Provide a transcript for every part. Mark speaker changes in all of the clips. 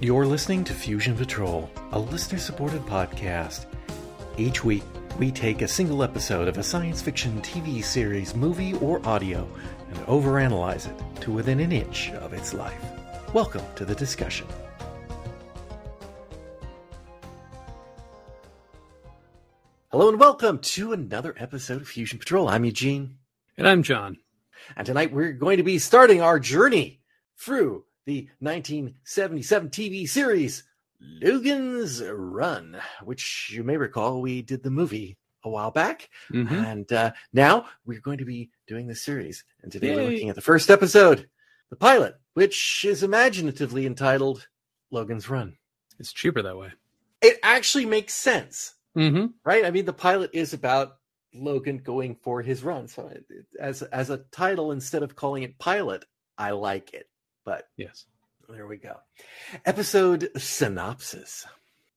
Speaker 1: You're listening to Fusion Patrol, a listener supported podcast. Each week, we take a single episode of a science fiction TV series, movie, or audio and overanalyze it to within an inch of its life. Welcome to the discussion. Hello and welcome to another episode of Fusion Patrol. I'm Eugene,
Speaker 2: And I'm John.
Speaker 1: and tonight we're going to be starting our journey through the 1977 TV series Logan's Run, which you may recall we did the movie a while back.
Speaker 2: Mhm.
Speaker 1: And uh, now we're going to be doing the series. And today we're
Speaker 2: Yay.
Speaker 1: looking at the first episode, the pilot, which is imaginatively entitled Logan's Run.
Speaker 2: It's cheaper that way.
Speaker 1: It actually makes sense,
Speaker 2: Mm-hmm.
Speaker 1: right? I mean, the pilot is about Logan going for his run. So it, it- as as a title, instead of calling it pilot, I like it. But
Speaker 2: Yes.
Speaker 1: there we go. Episode synopsis.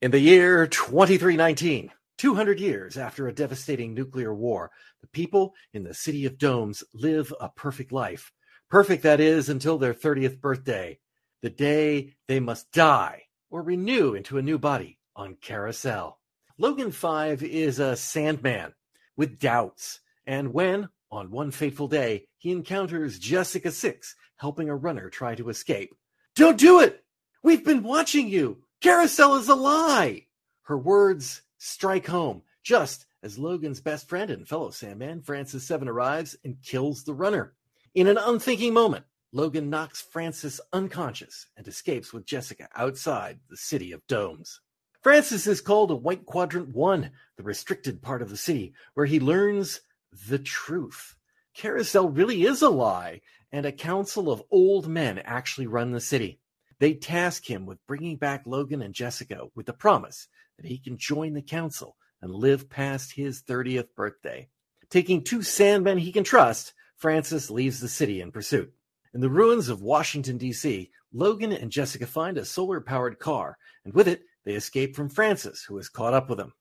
Speaker 1: In the year 2319, 200 years after a devastating nuclear war, the people in the city of domes live a perfect life. Perfect, that is, until their 30th birthday, the day they must die or renew into a new body on Carousel. Logan 5 is a sandman with doubts, and when, on one fateful day, he encounters Jessica 6 helping a runner try to escape. Don't do it! We've been watching you! Carousel is a lie! Her words strike home just as Logan's best friend and fellow Sandman, Francis Seven, arrives and kills the runner. In an unthinking moment, Logan knocks Francis unconscious and escapes with Jessica outside the city of domes. Francis is called to White Quadrant 1, the restricted part of the city, where he learns the truth. Carousel really is a lie, and a council of old men actually run the city. They task him with bringing back Logan and Jessica with the promise that he can join the council and live past his 30th birthday. Taking two sandmen he can trust, Francis leaves the city in pursuit. In the ruins of Washington, D.C., Logan and Jessica find a solar powered car, and with it, they escape from Francis, who has caught up with them.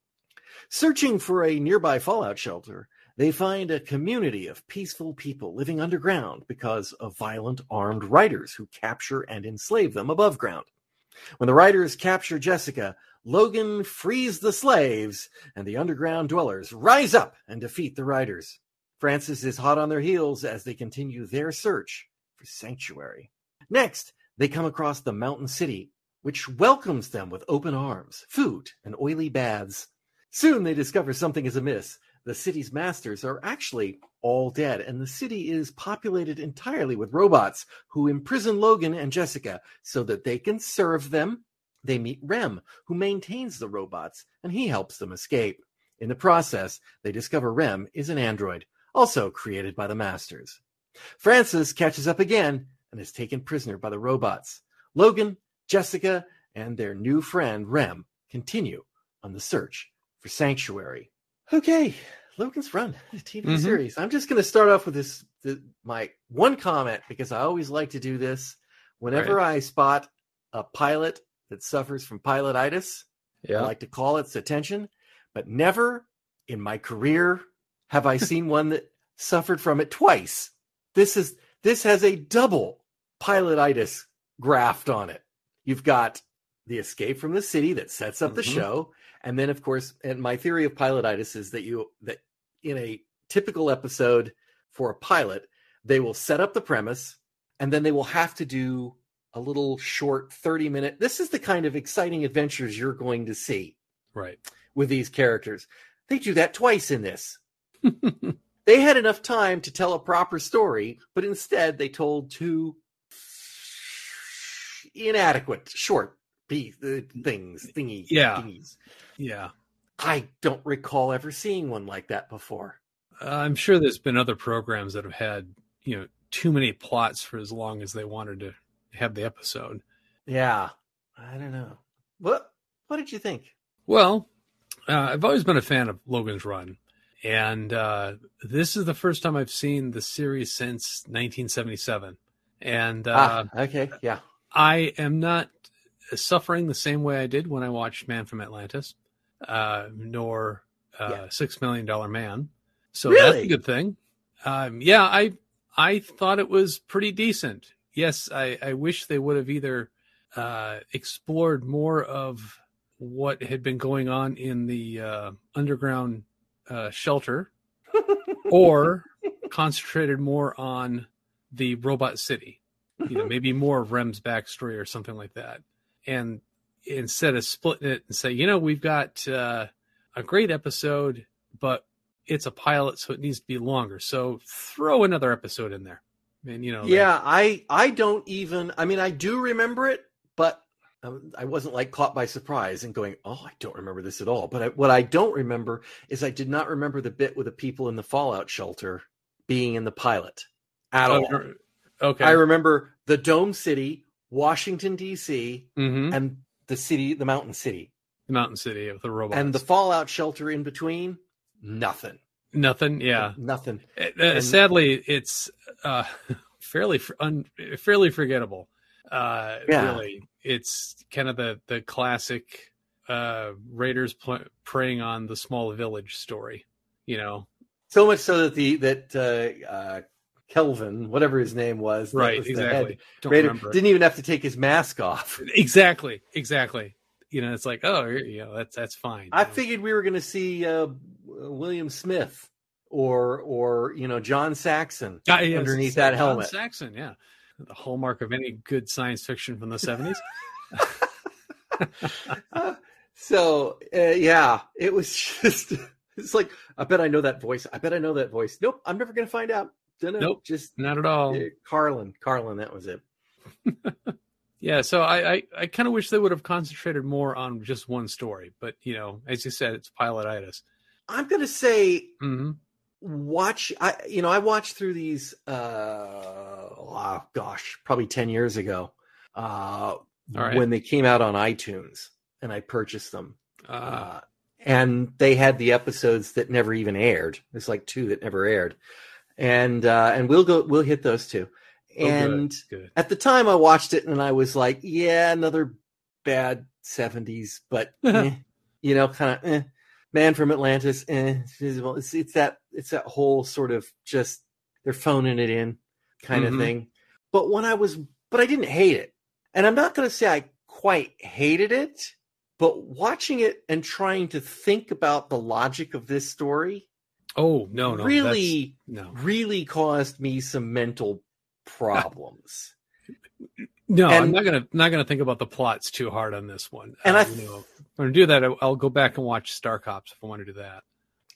Speaker 1: Searching for a nearby fallout shelter, they find a community of peaceful people living underground because of violent armed riders who capture and enslave them above ground. When the riders capture Jessica, Logan frees the slaves, and the underground dwellers rise up and defeat the riders. Francis is hot on their heels as they continue their search for sanctuary. Next, they come across the mountain city, which welcomes them with open arms, food, and oily baths. Soon they discover something is amiss the city's masters are actually all dead, and the city is populated entirely with robots who imprison Logan and Jessica so that they can serve them. They meet Rem, who maintains the robots, and he helps them escape. In the process, they discover Rem is an android, also created by the masters. Francis catches up again and is taken prisoner by the robots. Logan, Jessica, and their new friend Rem continue on the search for sanctuary. Okay, Logan's Run, a TV
Speaker 2: Mhm.
Speaker 1: series. I'm just going to start off with this the, my one comment because I always like to do this whenever I spot a pilot that suffers from pilotitis. I
Speaker 2: Yeah.
Speaker 1: like to call its attention, but never in my career have I seen one that suffered from it twice. This is this has a double pilotitis graft on it. You've got the escape from the city that sets up the
Speaker 2: Mhm.
Speaker 1: show, and then of course, and my theory of pilotitis is that you that in a typical episode for a pilot, they will set up the premise and then they will have to do a little short 30 minute. This is the kind of exciting adventures you're going to see
Speaker 2: Right.
Speaker 1: with these characters. They do that twice in this. they had enough time to tell a proper story, but instead they told two inadequate short piece, uh, things, thingy,
Speaker 2: Yeah.
Speaker 1: thingies.
Speaker 2: Yeah.
Speaker 1: I don't recall ever seeing one like that before.
Speaker 2: Uh, I'm sure there's been other programs that have had, you know, too many plots for as long as they wanted to have the episode.
Speaker 1: Yeah, I don't know. What What did you think?
Speaker 2: Well, uh, I've always been a fan of Logan's Run. And uh, this is the first time I've seen the series since 1977. And uh,
Speaker 1: ah, okay, yeah,
Speaker 2: I am not suffering the same way I did when I watched Man from Atlantis, uh, nor uh,
Speaker 1: Yeah.
Speaker 2: Six Million Dollar Man. So that's
Speaker 1: Really?
Speaker 2: a good thing. Um, yeah, I I thought it was pretty decent. Yes, I, I wish they would have either uh, explored more of what had been going on in the uh, underground uh, shelter or concentrated more on the robot city. You
Speaker 1: Mm-hmm.
Speaker 2: know, maybe more of Rem's backstory or something like that. And instead of splitting it and say, you know, we've got uh, a great episode, but it's a pilot, so it needs to be longer. So throw another episode in there. And, you know, they-
Speaker 1: yeah, I I don't even. I mean, I do remember it, but um, I wasn't like caught by surprise and going, "Oh, I don't remember this at all." But I, what I don't remember is I did not remember the bit with the people in the fallout shelter being in the pilot at
Speaker 2: Oh,
Speaker 1: all.
Speaker 2: you're- okay.
Speaker 1: I remember the Dome City, Washington D.C.,
Speaker 2: mm-hmm.
Speaker 1: and the city, the mountain city,
Speaker 2: Mountain City with the robots.
Speaker 1: and the fallout shelter in between. Nothing.
Speaker 2: nothing. Yeah.
Speaker 1: nothing.
Speaker 2: Uh,
Speaker 1: And-
Speaker 2: sadly, it's uh, fairly f- un- fairly forgettable. Uh,
Speaker 1: Yeah.
Speaker 2: Really, it's kind of the the classic uh, raiders pl- preying on the small village story. You know,
Speaker 1: So much so that the that uh, uh, Kelvin, whatever his name was, that
Speaker 2: right?
Speaker 1: was the
Speaker 2: Exactly. Don't
Speaker 1: head raider,
Speaker 2: remember.
Speaker 1: didn't even have to take his mask off.
Speaker 2: Exactly. Exactly. You know, it's like, oh, you know, that's that's fine.
Speaker 1: I
Speaker 2: You know?
Speaker 1: figured we were going to see uh, William Smith or or you know John Saxon.
Speaker 2: Ah, yeah,
Speaker 1: underneath
Speaker 2: it's
Speaker 1: that
Speaker 2: John
Speaker 1: helmet.
Speaker 2: Saxon, yeah, the hallmark of any good science fiction from the seventies.
Speaker 1: So uh, yeah, it was just it's like I bet I know that voice. I bet I know that voice. Nope, I'm never going to find out. Dunno,
Speaker 2: Nope.
Speaker 1: just
Speaker 2: Not at all.
Speaker 1: uh, Carlin. Carlin, that was it.
Speaker 2: Yeah, so I I, I kind of wish they would have concentrated more on just one story, but you know, as you said, it's pilotitis.
Speaker 1: I'm going to say
Speaker 2: Mm-hmm.
Speaker 1: watch i you know i watched through these uh oh, gosh probably 10 years ago uh
Speaker 2: right.
Speaker 1: when they came out on itunes and i purchased them
Speaker 2: Uh,
Speaker 1: uh, and they had the episodes that never even aired there's like two that never aired and uh and we'll go we'll hit those two
Speaker 2: Oh, good.
Speaker 1: and
Speaker 2: good.
Speaker 1: at the time i watched it and i was like yeah another bad 70s but eh, you know kind of eh. man from atlantis eh, it's, visible. it's it's that it's that whole sort of just they're phoning it in kind
Speaker 2: Mhm.
Speaker 1: of thing but when i was but i didn't hate it and i'm not going to say i quite hated it but watching it and trying to think about the logic of this story
Speaker 2: Oh no, no,
Speaker 1: really
Speaker 2: that's- no,
Speaker 1: really caused me some mental problems
Speaker 2: no. I'm
Speaker 1: and-
Speaker 2: not gonna not gonna think about the plots too hard on this one.
Speaker 1: And
Speaker 2: Uh,
Speaker 1: I-
Speaker 2: you know, if I'm gonna do that. I, I'll go back and watch Star Cops if I want to do that.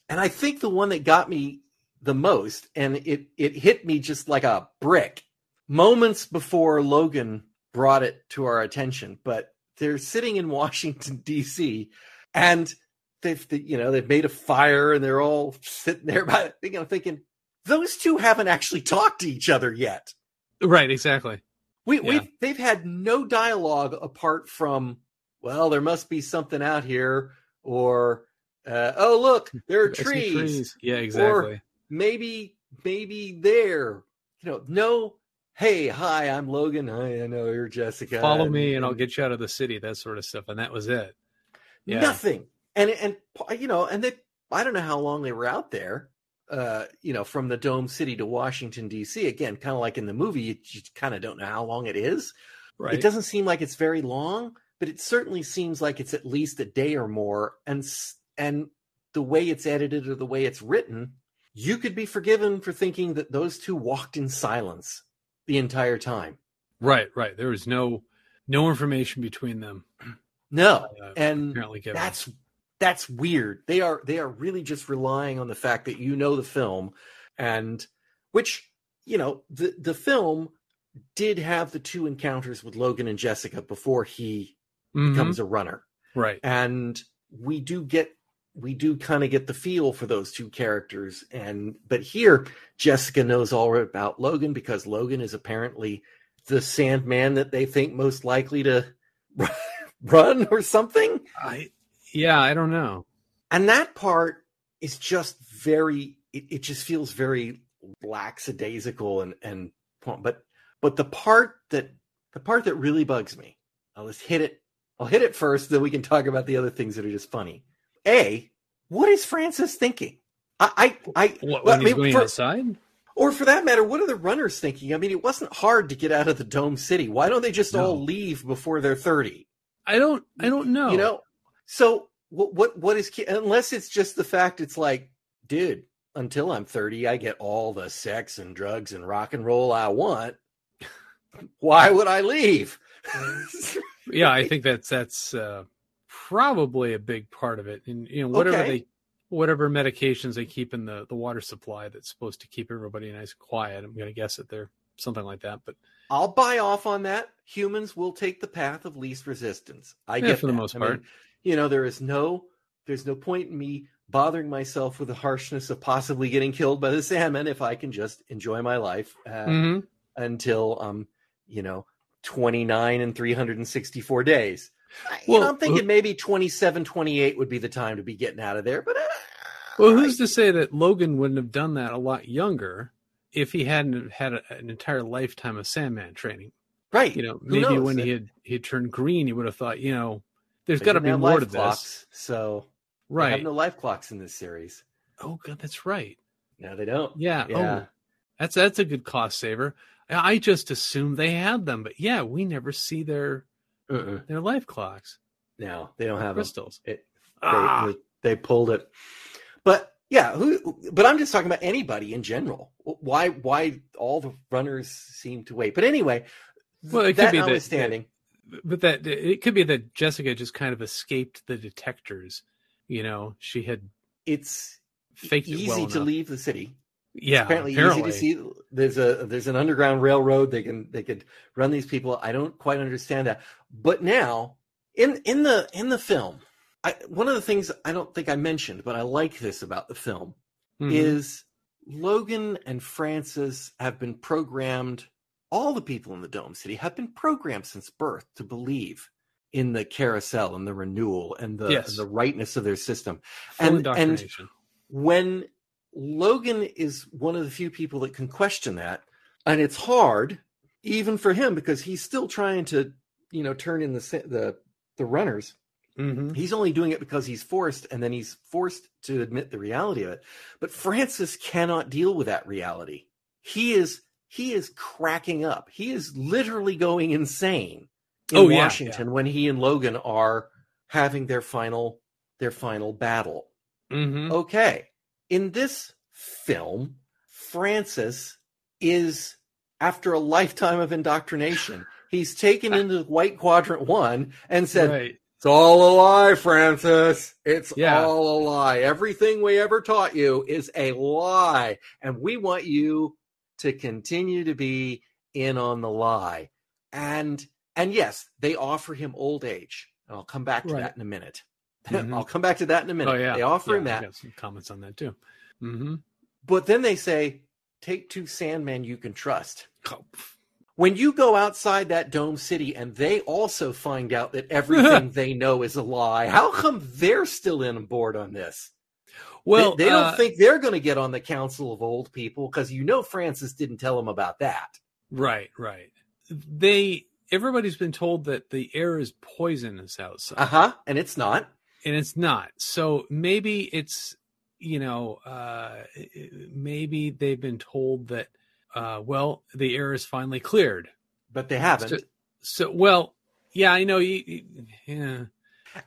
Speaker 1: and I think the one that got me the most, and it it hit me just like a brick moments before Logan brought it to our attention. But they're sitting in Washington D.C. and they've they- you know they've made a fire and they're all sitting there. By you know thinking those two haven't actually talked to each other yet.
Speaker 2: Right, exactly.
Speaker 1: We
Speaker 2: Yeah.
Speaker 1: we've they've had no dialogue apart from well there must be something out here or. Uh, oh look, there are
Speaker 2: I see
Speaker 1: trees
Speaker 2: Yeah, exactly.
Speaker 1: maybe maybe there you know no hey hi i'm logan hi i know you're jessica
Speaker 2: Follow me, and I'll get you out of the city. That sort of stuff, and that was it. Yeah.
Speaker 1: nothing and and you know and they i don't know how long they were out there uh you know from the dome city to washington dc again kind of like in the movie you, you kind of don't know how long it is
Speaker 2: Right.
Speaker 1: it doesn't seem like it's very long but it certainly seems like it's at least a day or more and s- and the way it's edited or the way it's written you could be forgiven for thinking that those two walked in silence the entire time
Speaker 2: Right, right. There was no no information between them.
Speaker 1: no
Speaker 2: Uh,
Speaker 1: and
Speaker 2: apparently, given.
Speaker 1: that's that's weird they are they are really just relying on the fact that you know the film and which you know the the film did have the two encounters with Logan and Jessica before he
Speaker 2: Mhm.
Speaker 1: becomes a runner
Speaker 2: right.
Speaker 1: and we do get we do kind of get the feel for those two characters and but here jessica knows all about logan because logan is apparently the sandman that they think most likely to run or something
Speaker 2: I yeah, I don't know.
Speaker 1: and that part is just very it, it just feels very lackadaisical and and but but the part that the part that really bugs me i'll just hit it i'll hit it first then we can talk about the other things that are just funny a what is francis thinking i i, I
Speaker 2: What
Speaker 1: Well,
Speaker 2: when
Speaker 1: I
Speaker 2: he's
Speaker 1: mean,
Speaker 2: going
Speaker 1: for-
Speaker 2: outside?
Speaker 1: Or for that matter, what are the runners thinking? I mean, it wasn't hard to get out of the dome city. Why don't they just
Speaker 2: No.
Speaker 1: all leave before they're 30?
Speaker 2: I don't. I don't know.
Speaker 1: You know? So what what what is ki- unless it's just the fact it's like, dude, until I'm 30, I get all the sex and drugs and rock and roll I want. Why would I leave?
Speaker 2: yeah, I think that's that's uh, probably a big part of it. And you know, whatever
Speaker 1: Okay.
Speaker 2: they, whatever medications they keep in the the water supply that's supposed to keep everybody nice and quiet. I'm going to guess that they're something like that. But
Speaker 1: I'll buy off on that. Humans will take the path of least resistance. I
Speaker 2: Yeah,
Speaker 1: get
Speaker 2: for the
Speaker 1: that.
Speaker 2: most
Speaker 1: I mean,
Speaker 2: part.
Speaker 1: you know, there is no there's no point in me bothering myself with the harshness of possibly getting killed by the salmon if I can just enjoy my life uh,
Speaker 2: Mhm.
Speaker 1: until um, you know, 29 and 364 days. I- you know,
Speaker 2: Well,
Speaker 1: I'm thinking maybe 27, 28 would be the time to be getting out of there, but uh,
Speaker 2: well, who's to say that Logan wouldn't have done that a lot younger if he hadn't have had a, an entire lifetime of Sandman training?
Speaker 1: right.
Speaker 2: You know,
Speaker 1: Who
Speaker 2: maybe
Speaker 1: knows?
Speaker 2: when
Speaker 1: They-
Speaker 2: he had he had turned green, he would have thought, you know, there's
Speaker 1: they
Speaker 2: got to
Speaker 1: didn't
Speaker 2: be
Speaker 1: have
Speaker 2: more
Speaker 1: life
Speaker 2: to this,
Speaker 1: clocks, so they
Speaker 2: right?
Speaker 1: have no life clocks in this series.
Speaker 2: oh, God, that's right.
Speaker 1: No, they don't.
Speaker 2: Yeah.
Speaker 1: Yeah.
Speaker 2: Oh, that's that's a good cost saver. I I just assumed they had them, but yeah, we never see their
Speaker 1: Uh-uh.
Speaker 2: their life clocks,
Speaker 1: No, they don't have them.
Speaker 2: crystals.
Speaker 1: It- They,
Speaker 2: ah,
Speaker 1: they, they pulled it. But yeah, who? But I'm just talking about anybody in general. Why? Why all the runners seem to wait? But anyway,
Speaker 2: Well, it could
Speaker 1: that
Speaker 2: be that-
Speaker 1: notwithstanding,
Speaker 2: but that it could be that Jessica just kind of escaped the detectors. You know, she had
Speaker 1: it's
Speaker 2: faked it
Speaker 1: E-, easy
Speaker 2: well
Speaker 1: to
Speaker 2: enough.
Speaker 1: leave the city.
Speaker 2: Yeah,
Speaker 1: apparently,
Speaker 2: apparently,
Speaker 1: easy to see. There's a there's an underground railroad. They can they could run these people. I don't quite understand that. But now in in the in the film, I, one of the things I don't think I mentioned, but I like this about the film
Speaker 2: Mhm.
Speaker 1: is Logan and Francis have been programmed, all the people in the Dome City have been programmed since birth to believe in the carousel and the renewal and the,
Speaker 2: Yes.
Speaker 1: and the rightness of their system.
Speaker 2: Full
Speaker 1: and- and-
Speaker 2: indoctrination.
Speaker 1: When Logan is one of the few people that can question that, and it's hard even for him because he's still trying to, you know, turn in the sa- the the runners
Speaker 2: Mhm.
Speaker 1: he's only doing it because he's forced and then he's forced to admit the reality of it but francis cannot deal with that reality he is he is cracking up he is literally going insane in
Speaker 2: Oh, yeah, yeah.
Speaker 1: washington when he and logan are having their final their final battle
Speaker 2: Mhm.
Speaker 1: Okay. In this film, Francis is, after a lifetime of indoctrination, he's taken into White Quadrant One and said,
Speaker 2: right.
Speaker 1: It's all a lie, Francis. It's
Speaker 2: Yeah.
Speaker 1: all a lie. Everything we ever taught you is a lie. And we want you to continue to be in on the lie. And and yes, they offer him old age. And I'll come back to
Speaker 2: Right.
Speaker 1: that in a minute.
Speaker 2: Mhm.
Speaker 1: I'll come back to that in a minute.
Speaker 2: Oh yeah,
Speaker 1: They offer
Speaker 2: yeah,
Speaker 1: him
Speaker 2: I
Speaker 1: that.
Speaker 2: got some comments on that too. Mm-hmm.
Speaker 1: But then they say, take two Sandmen you can trust. When you go outside that dome city and they also find out that everything they know is a lie, how come they're still in board on this? They-
Speaker 2: Well,
Speaker 1: they, don't
Speaker 2: uh,
Speaker 1: think they're going to get on the Council of Old People because you know Francis didn't tell them about that.
Speaker 2: Right, right. They everybody's been told that the air is poisonous outside,
Speaker 1: Uh huh. And it's not.
Speaker 2: and it's not. So maybe it's you know uh, maybe they've been told that uh, well the air is finally cleared.
Speaker 1: But they haven't.
Speaker 2: So, so well, yeah, I know. You, you- yeah,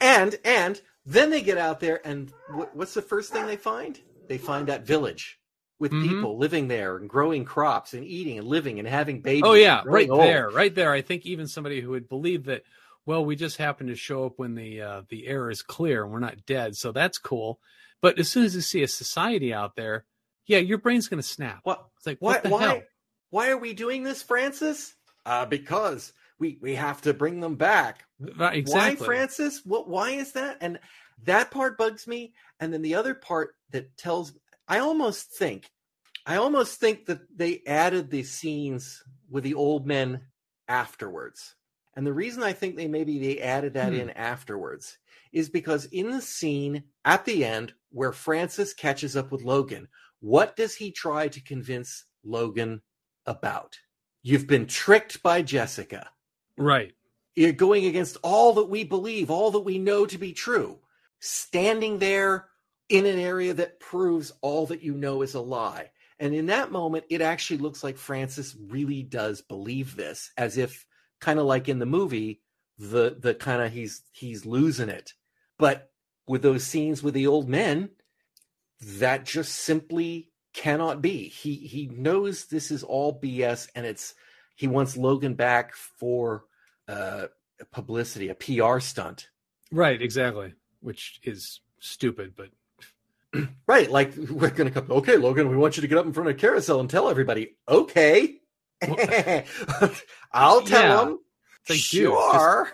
Speaker 1: and and then they get out there and wh- what's the first thing they find they find that village with
Speaker 2: Mhm.
Speaker 1: people living there and growing crops and eating and living and having babies
Speaker 2: oh
Speaker 1: and
Speaker 2: yeah,
Speaker 1: growing
Speaker 2: right
Speaker 1: old.
Speaker 2: there, right there. I think even somebody who would believe that. Well, we just happen to show up when the uh, the air is clear and we're not dead, so that's cool. But as soon as you see a society out there, yeah, your brain's going to snap.
Speaker 1: what
Speaker 2: It's like
Speaker 1: why
Speaker 2: what the
Speaker 1: why
Speaker 2: hell?
Speaker 1: why are we doing this francis uh because we we have to bring them back
Speaker 2: Right, exactly.
Speaker 1: why francis what why is that and that part bugs me and then the other part that tells i almost think i almost think that they added the scenes with the old men afterwards and the reason i think they maybe they added that
Speaker 2: Hmm.
Speaker 1: in afterwards is because in the scene at the end where francis catches up with logan what does he try to convince logan about you've been tricked by jessica
Speaker 2: Right.
Speaker 1: you're going against all that we believe, all that we know to be true, standing there in an area that proves all that you know is a lie. And in that moment, it actually looks like Francis really does believe this, as if kind of like in the movie, the the kind of he's he's losing it. But with those scenes with the old men, that just simply cannot be. He he knows this is all BS, and it's he wants Logan back for uh, publicity, a PR stunt.
Speaker 2: Right, exactly. Which is stupid, but
Speaker 1: Right, like we're gonna come. Okay, Logan, we want you to get up in front of a carousel and tell everybody. Okay, I'll tell
Speaker 2: Yeah.
Speaker 1: them.
Speaker 2: They do.
Speaker 1: sure.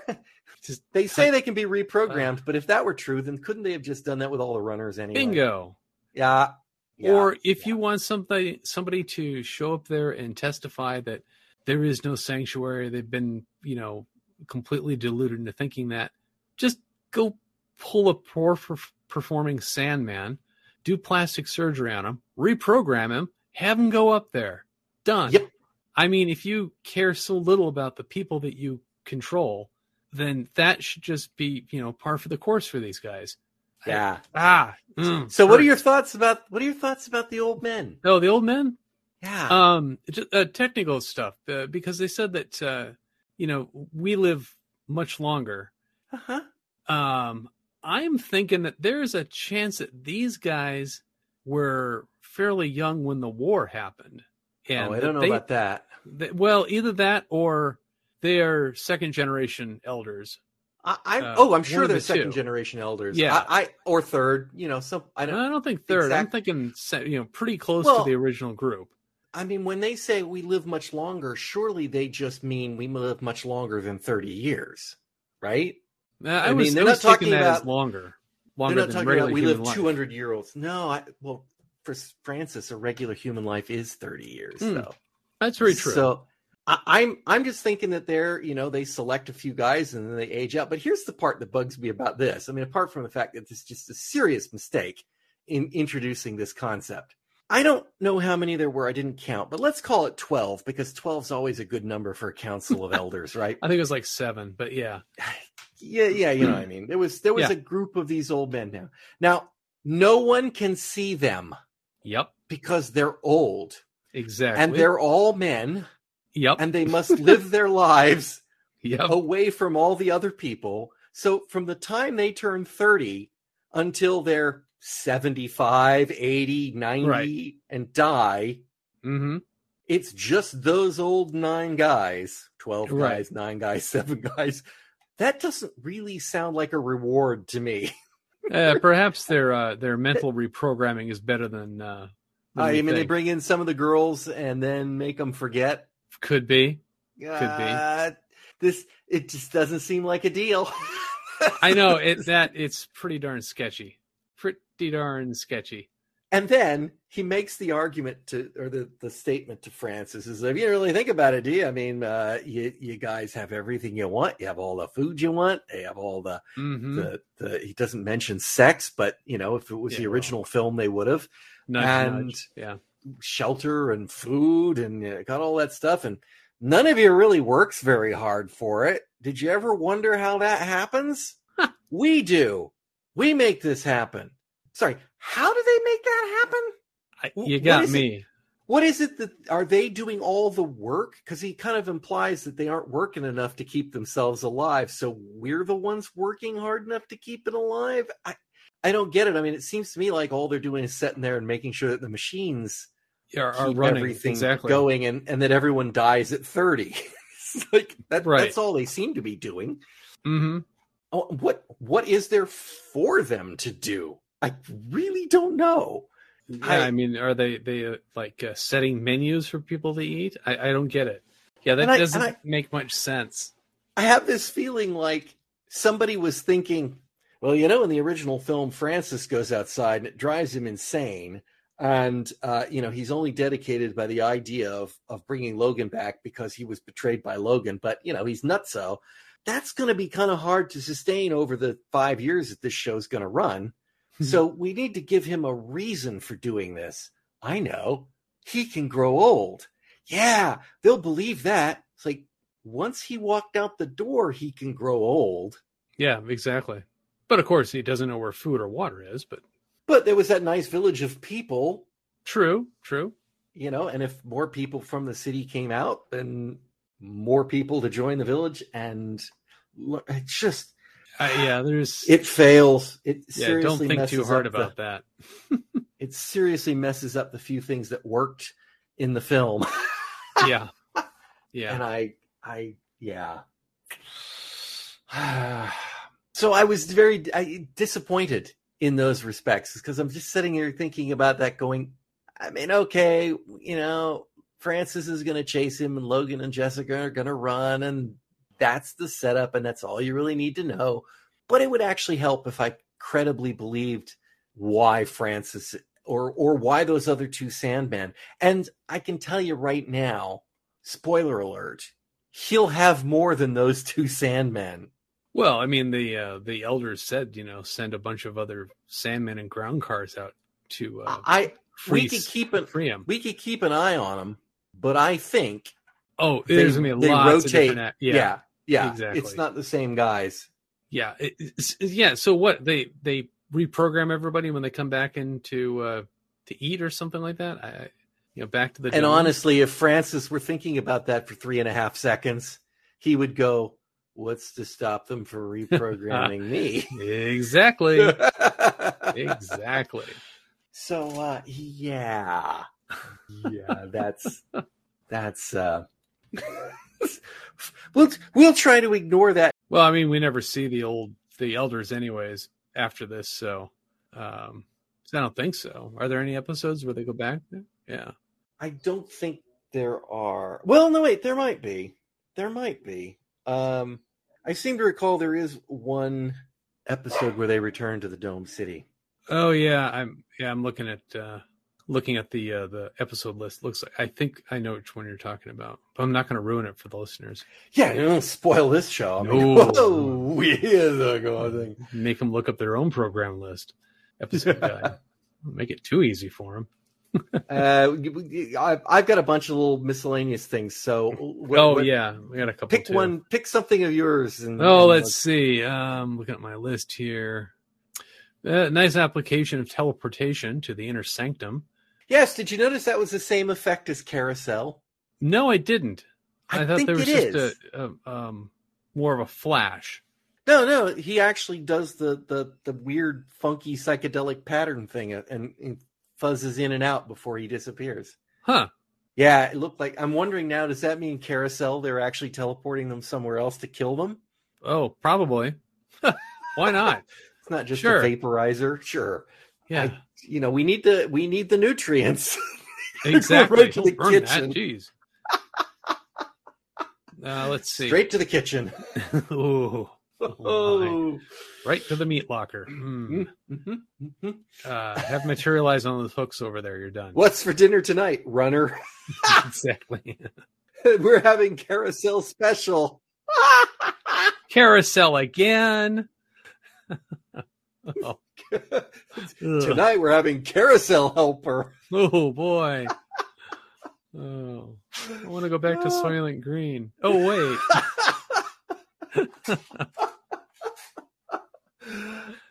Speaker 2: just
Speaker 1: they say they can be reprogrammed, but if that were true, then couldn't they have just done that with all the runners anyway?
Speaker 2: bingo.
Speaker 1: Yeah. Yeah.
Speaker 2: or if
Speaker 1: yeah.
Speaker 2: you want somebody somebody to show up there and testify that there is no sanctuary, they've been you know completely deluded into thinking that. Just go pull a poor per- performing Sandman, do plastic surgery on him, reprogram him, have him go up there. Done.
Speaker 1: Yep.
Speaker 2: I mean, if you care so little about the people that you control, then that should just be, you know, par for the course for these guys.
Speaker 1: yeah.
Speaker 2: Ah.
Speaker 1: So, what are your thoughts about what are your thoughts about the old men?
Speaker 2: Oh, the old men?
Speaker 1: Yeah.
Speaker 2: um ju- uh, technical stuff uh, because they said that uh you know we live much longer
Speaker 1: Uh-huh.
Speaker 2: um i'm thinking that there's a chance that these guys were fairly young when the war happened and
Speaker 1: oh, I
Speaker 2: that
Speaker 1: don't know
Speaker 2: they-
Speaker 1: about that.
Speaker 2: that- well either that or they are second generation elders
Speaker 1: I, I
Speaker 2: uh,
Speaker 1: oh, I'm
Speaker 2: one
Speaker 1: sure
Speaker 2: of
Speaker 1: they're
Speaker 2: the
Speaker 1: second
Speaker 2: two.
Speaker 1: generation elders.
Speaker 2: Yeah.
Speaker 1: I, I or third. You know, some I
Speaker 2: i
Speaker 1: don't.
Speaker 2: don't, think third i'm
Speaker 1: exact-
Speaker 2: thinking se- you know pretty close
Speaker 1: Well-
Speaker 2: to the original group
Speaker 1: I mean, when they say we live much longer, surely they just mean we live much longer than 30 years, right?
Speaker 2: Uh, i,
Speaker 1: I
Speaker 2: was,
Speaker 1: mean,
Speaker 2: I
Speaker 1: they're
Speaker 2: was
Speaker 1: not
Speaker 2: thinking
Speaker 1: talking
Speaker 2: that as
Speaker 1: about-
Speaker 2: longer
Speaker 1: They're
Speaker 2: longer
Speaker 1: not
Speaker 2: than
Speaker 1: talking
Speaker 2: regular
Speaker 1: about we
Speaker 2: human
Speaker 1: live
Speaker 2: life.
Speaker 1: 200 year olds. No, I, well, for S- Francis, a regular human life is 30 years,
Speaker 2: Hmm,
Speaker 1: though.
Speaker 2: that's very true
Speaker 1: So I, I'm I'm just thinking that they're you know they select a few guys and then they age out. But here's the part that bugs me about this. I mean, apart from the fact that this is just a serious mistake in introducing this concept. I don't know how many there were. I didn't count, but let's call it twelve because twelve's always a good number for a council of elders, right?
Speaker 2: I think it was like seven, but yeah.
Speaker 1: Yeah, yeah, you know what I mean. There was there was
Speaker 2: Yeah.
Speaker 1: a group of these old men now. Now no one can see them
Speaker 2: Yep.
Speaker 1: because they're old
Speaker 2: Exactly.
Speaker 1: and they're all men
Speaker 2: yep.
Speaker 1: and they must live their lives
Speaker 2: yep.
Speaker 1: away from all the other people. So from the time they turn 30 until they're 75, 80, 90
Speaker 2: Right.
Speaker 1: and die,
Speaker 2: hmm
Speaker 1: it's just those old nine guys, 12
Speaker 2: Right.
Speaker 1: guys, nine guys, seven guys. That doesn't really sound like a reward to me.
Speaker 2: Uh, perhaps their uh, their mental reprogramming is better than. Uh, than
Speaker 1: I
Speaker 2: we
Speaker 1: mean, they
Speaker 2: think.
Speaker 1: bring in some of the girls and then make them forget.
Speaker 2: could be.
Speaker 1: Uh, this it just doesn't seem like a deal.
Speaker 2: I know it. That it's pretty darn sketchy. Pretty darn sketchy.
Speaker 1: And then he makes the argument to, or the, the statement to Francis is, if you really think about it, do you? I mean, uh, you, you guys have everything you want. You have all the food you want. They have all the,
Speaker 2: Mm-hmm.
Speaker 1: the, the, he doesn't mention sex, but you know, if it was
Speaker 2: Yeah,
Speaker 1: the
Speaker 2: well.
Speaker 1: original film, they would have
Speaker 2: nudge,
Speaker 1: and-
Speaker 2: nudge. Yeah.
Speaker 1: shelter and food and you know, got all that stuff. And none of you really works very hard for it. Did you ever wonder how that happens? we do. We make this happen. Sorry. How do they make that happen?
Speaker 2: I,
Speaker 1: Wh-
Speaker 2: you
Speaker 1: what
Speaker 2: got
Speaker 1: is it-
Speaker 2: me.
Speaker 1: What is it that are they doing all the work? Because he kind of implies that they aren't working enough to keep themselves alive. So we're the ones working hard enough to keep it alive. I, I don't get it. I mean, it seems to me like all they're doing is sitting there and making sure that the machines
Speaker 2: Are, are
Speaker 1: keep
Speaker 2: running
Speaker 1: everything
Speaker 2: exactly.
Speaker 1: going and, and that everyone dies at 30. It's like that,
Speaker 2: Right.
Speaker 1: that's all they seem to be doing.
Speaker 2: Mm-hmm.
Speaker 1: Oh, What what is there for them to do? I really don't know.
Speaker 2: Yeah, I,
Speaker 1: I-
Speaker 2: mean, are they they uh, like uh, setting menus for people to eat? I, I don't get it. Yeah, that
Speaker 1: And I- and
Speaker 2: doesn't
Speaker 1: I-
Speaker 2: make much sense.
Speaker 1: I have this feeling like somebody was thinking, well, you know, in the original film, Francis goes outside and it drives him insane. And, uh, you know, he's only dedicated by the idea of, of bringing Logan back because he was betrayed by Logan. But, you know, he's nuts. So that's going to be kind of hard to sustain over the five years that this show's going to run. so we need to give him a reason for doing this. I know he can grow old. Yeah, they'll believe that. It's like, once he walked out the door, he can grow old.
Speaker 2: Yeah, exactly. But of course, he doesn't know where food or water is. But
Speaker 1: But there was that nice village of people.
Speaker 2: true, true.
Speaker 1: you know, and if more people from the city came out, then more people to join the village, and lo- it just
Speaker 2: Uh, yeah, there's.
Speaker 1: it fails. It
Speaker 2: yeah, don't
Speaker 1: seriously
Speaker 2: think
Speaker 1: messes
Speaker 2: too hard
Speaker 1: up
Speaker 2: about
Speaker 1: the,
Speaker 2: that.
Speaker 1: It seriously messes up the few things that worked in the film,
Speaker 2: Yeah, yeah.
Speaker 1: and I, I, yeah. so I was very I, disappointed in those respects because I'm just sitting here thinking about that, going, I mean, okay, you know, Francis is going to chase him, and Logan and Jessica are going to run, and that's the setup, and that's all you really need to know. But it would actually help if I credibly believed why Francis or or why those other two Sandmen. And I can tell you right now, spoiler alert, he'll have more than those two Sandmen.
Speaker 2: Well, I mean, the uh, the elders said, you know, send a bunch of other sandmen and ground cars out to uh,
Speaker 1: I
Speaker 2: free,
Speaker 1: Ah, we could keep an
Speaker 2: free 'em.
Speaker 1: we could keep an eye on them, but I think
Speaker 2: Oh,
Speaker 1: They-
Speaker 2: there's gonna be
Speaker 1: they
Speaker 2: lots
Speaker 1: rotate.
Speaker 2: of different. act-
Speaker 1: yeah, yeah,
Speaker 2: exactly.
Speaker 1: it's not the same guys.
Speaker 2: Yeah, it- it's- yeah. So what they they reprogram everybody when they come back into uh, to eat or something like that. I- I, you know, back to the
Speaker 1: And
Speaker 2: dome.
Speaker 1: honestly, if Francis were thinking about that for three and a half seconds, he would go, "What's to stop them from reprogramming me?"
Speaker 2: exactly, exactly.
Speaker 1: so, uh, yeah, yeah, that's that's. Uh, we'll we'll try to ignore that.
Speaker 2: Well, I mean, we never see the old the elders anyways after this, so um, so I don't think so. Are there any episodes where they go back? There? Yeah.
Speaker 1: I don't think there are. Well, no, wait, there might be. There might be. Um, I seem to recall there is one episode where they return to the Dome City.
Speaker 2: Oh yeah, I'm yeah I'm looking at uh, looking at the uh, the episode list. Looks like I think I know which one you're talking about, but I'm not going to ruin it for the listeners.
Speaker 1: Yeah, you don't spoil this show. I mean,
Speaker 2: No.
Speaker 1: whoa, here's the kind of thing.
Speaker 2: Make them look up their own program list episode guide. Make it too easy for them.
Speaker 1: Uh, you- you- I've, I've got a bunch of little miscellaneous things. So, wh-
Speaker 2: oh
Speaker 1: wh-
Speaker 2: yeah, we got a couple.
Speaker 1: pick
Speaker 2: too.
Speaker 1: one, pick something of yours. And,
Speaker 2: Oh,
Speaker 1: and
Speaker 2: let's see. Um, looking at my list here. Uh, nice application of teleportation to the inner sanctum.
Speaker 1: yes. Did you notice that was the same effect as Carousel?
Speaker 2: No, I didn't. I, thought
Speaker 1: think
Speaker 2: there was
Speaker 1: it
Speaker 2: just
Speaker 1: is.
Speaker 2: a, a um, more of a flash.
Speaker 1: No, no, he actually does the the the weird, funky, psychedelic pattern thing, uh, and, and fuzzes in and out before he disappears.
Speaker 2: Huh.
Speaker 1: Yeah, it looked like. I'm wondering now. Does that mean Carousel? They're actually teleporting them somewhere else to kill them.
Speaker 2: Oh, probably. Why not?
Speaker 1: It's not just
Speaker 2: Sure.
Speaker 1: a vaporizer. Sure,
Speaker 2: Yeah,
Speaker 1: you know we need the we need the nutrients.
Speaker 2: exactly.
Speaker 1: Right to
Speaker 2: Don't
Speaker 1: the
Speaker 2: burn that.
Speaker 1: kitchen.
Speaker 2: Jeez. Uh, let's see.
Speaker 1: Straight to the kitchen.
Speaker 2: Ooh. Oh, my.
Speaker 1: Oh,
Speaker 2: right to the meat locker. Hmm.
Speaker 1: Mhm, mhm.
Speaker 2: Uh, have materialized on those hooks over there. You're done.
Speaker 1: what's for dinner tonight, runner?
Speaker 2: exactly?
Speaker 1: We're having Carousel special.
Speaker 2: carousel again. Ugh.
Speaker 1: Tonight we're having Carousel helper.
Speaker 2: Oh boy. Oh, I want to go back
Speaker 1: Ah.
Speaker 2: to Soylent Green. Oh wait.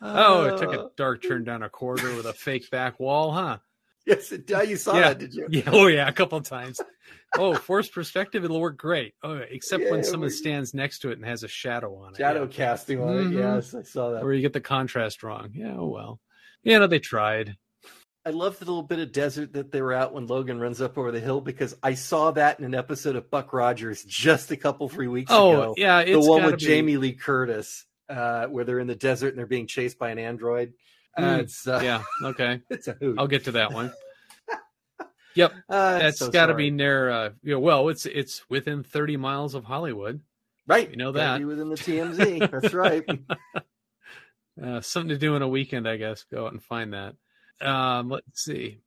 Speaker 2: Oh, it took
Speaker 1: Uh,
Speaker 2: a dark turn down a corridor with a fake back wall, huh?
Speaker 1: Yes, it, yeah, you saw
Speaker 2: Yeah.
Speaker 1: that, did you?
Speaker 2: Yeah. Oh yeah, a couple times. Oh, forced perspective, it'll work great. Oh, except
Speaker 1: Yeah,
Speaker 2: when someone
Speaker 1: we-
Speaker 2: stands next to it and has a shadow on it.
Speaker 1: Shadow
Speaker 2: yeah.
Speaker 1: casting on
Speaker 2: Mhm.
Speaker 1: it. Yes, I saw that.
Speaker 2: Where you get the contrast wrong. Yeah. Oh well. Yeah. No, they tried.
Speaker 1: I love the little bit of desert that they were out when Logan runs up over the hill because I saw that in an episode of Buck Rogers just a couple three weeks
Speaker 2: Oh
Speaker 1: ago.
Speaker 2: yeah.
Speaker 1: the
Speaker 2: It's
Speaker 1: one
Speaker 2: gotta
Speaker 1: with
Speaker 2: be-
Speaker 1: Jamie Lee Curtis, uh, where they're in the desert and they're being chased by an android. Uh,
Speaker 2: Mm,
Speaker 1: it's uh,
Speaker 2: Yeah. Okay.
Speaker 1: it's a hoot.
Speaker 2: I'll get to that one.
Speaker 1: Uh,
Speaker 2: Oh, That's
Speaker 1: so
Speaker 2: got to
Speaker 1: sorry.
Speaker 2: be near. Uh, you know, well, it's it's within thirty miles of Hollywood.
Speaker 1: right.
Speaker 2: you know
Speaker 1: Gotta
Speaker 2: that.
Speaker 1: be within the TMZ. That's right.
Speaker 2: Uh, something to do in a weekend, I guess. Go out and find that. Um, let's see.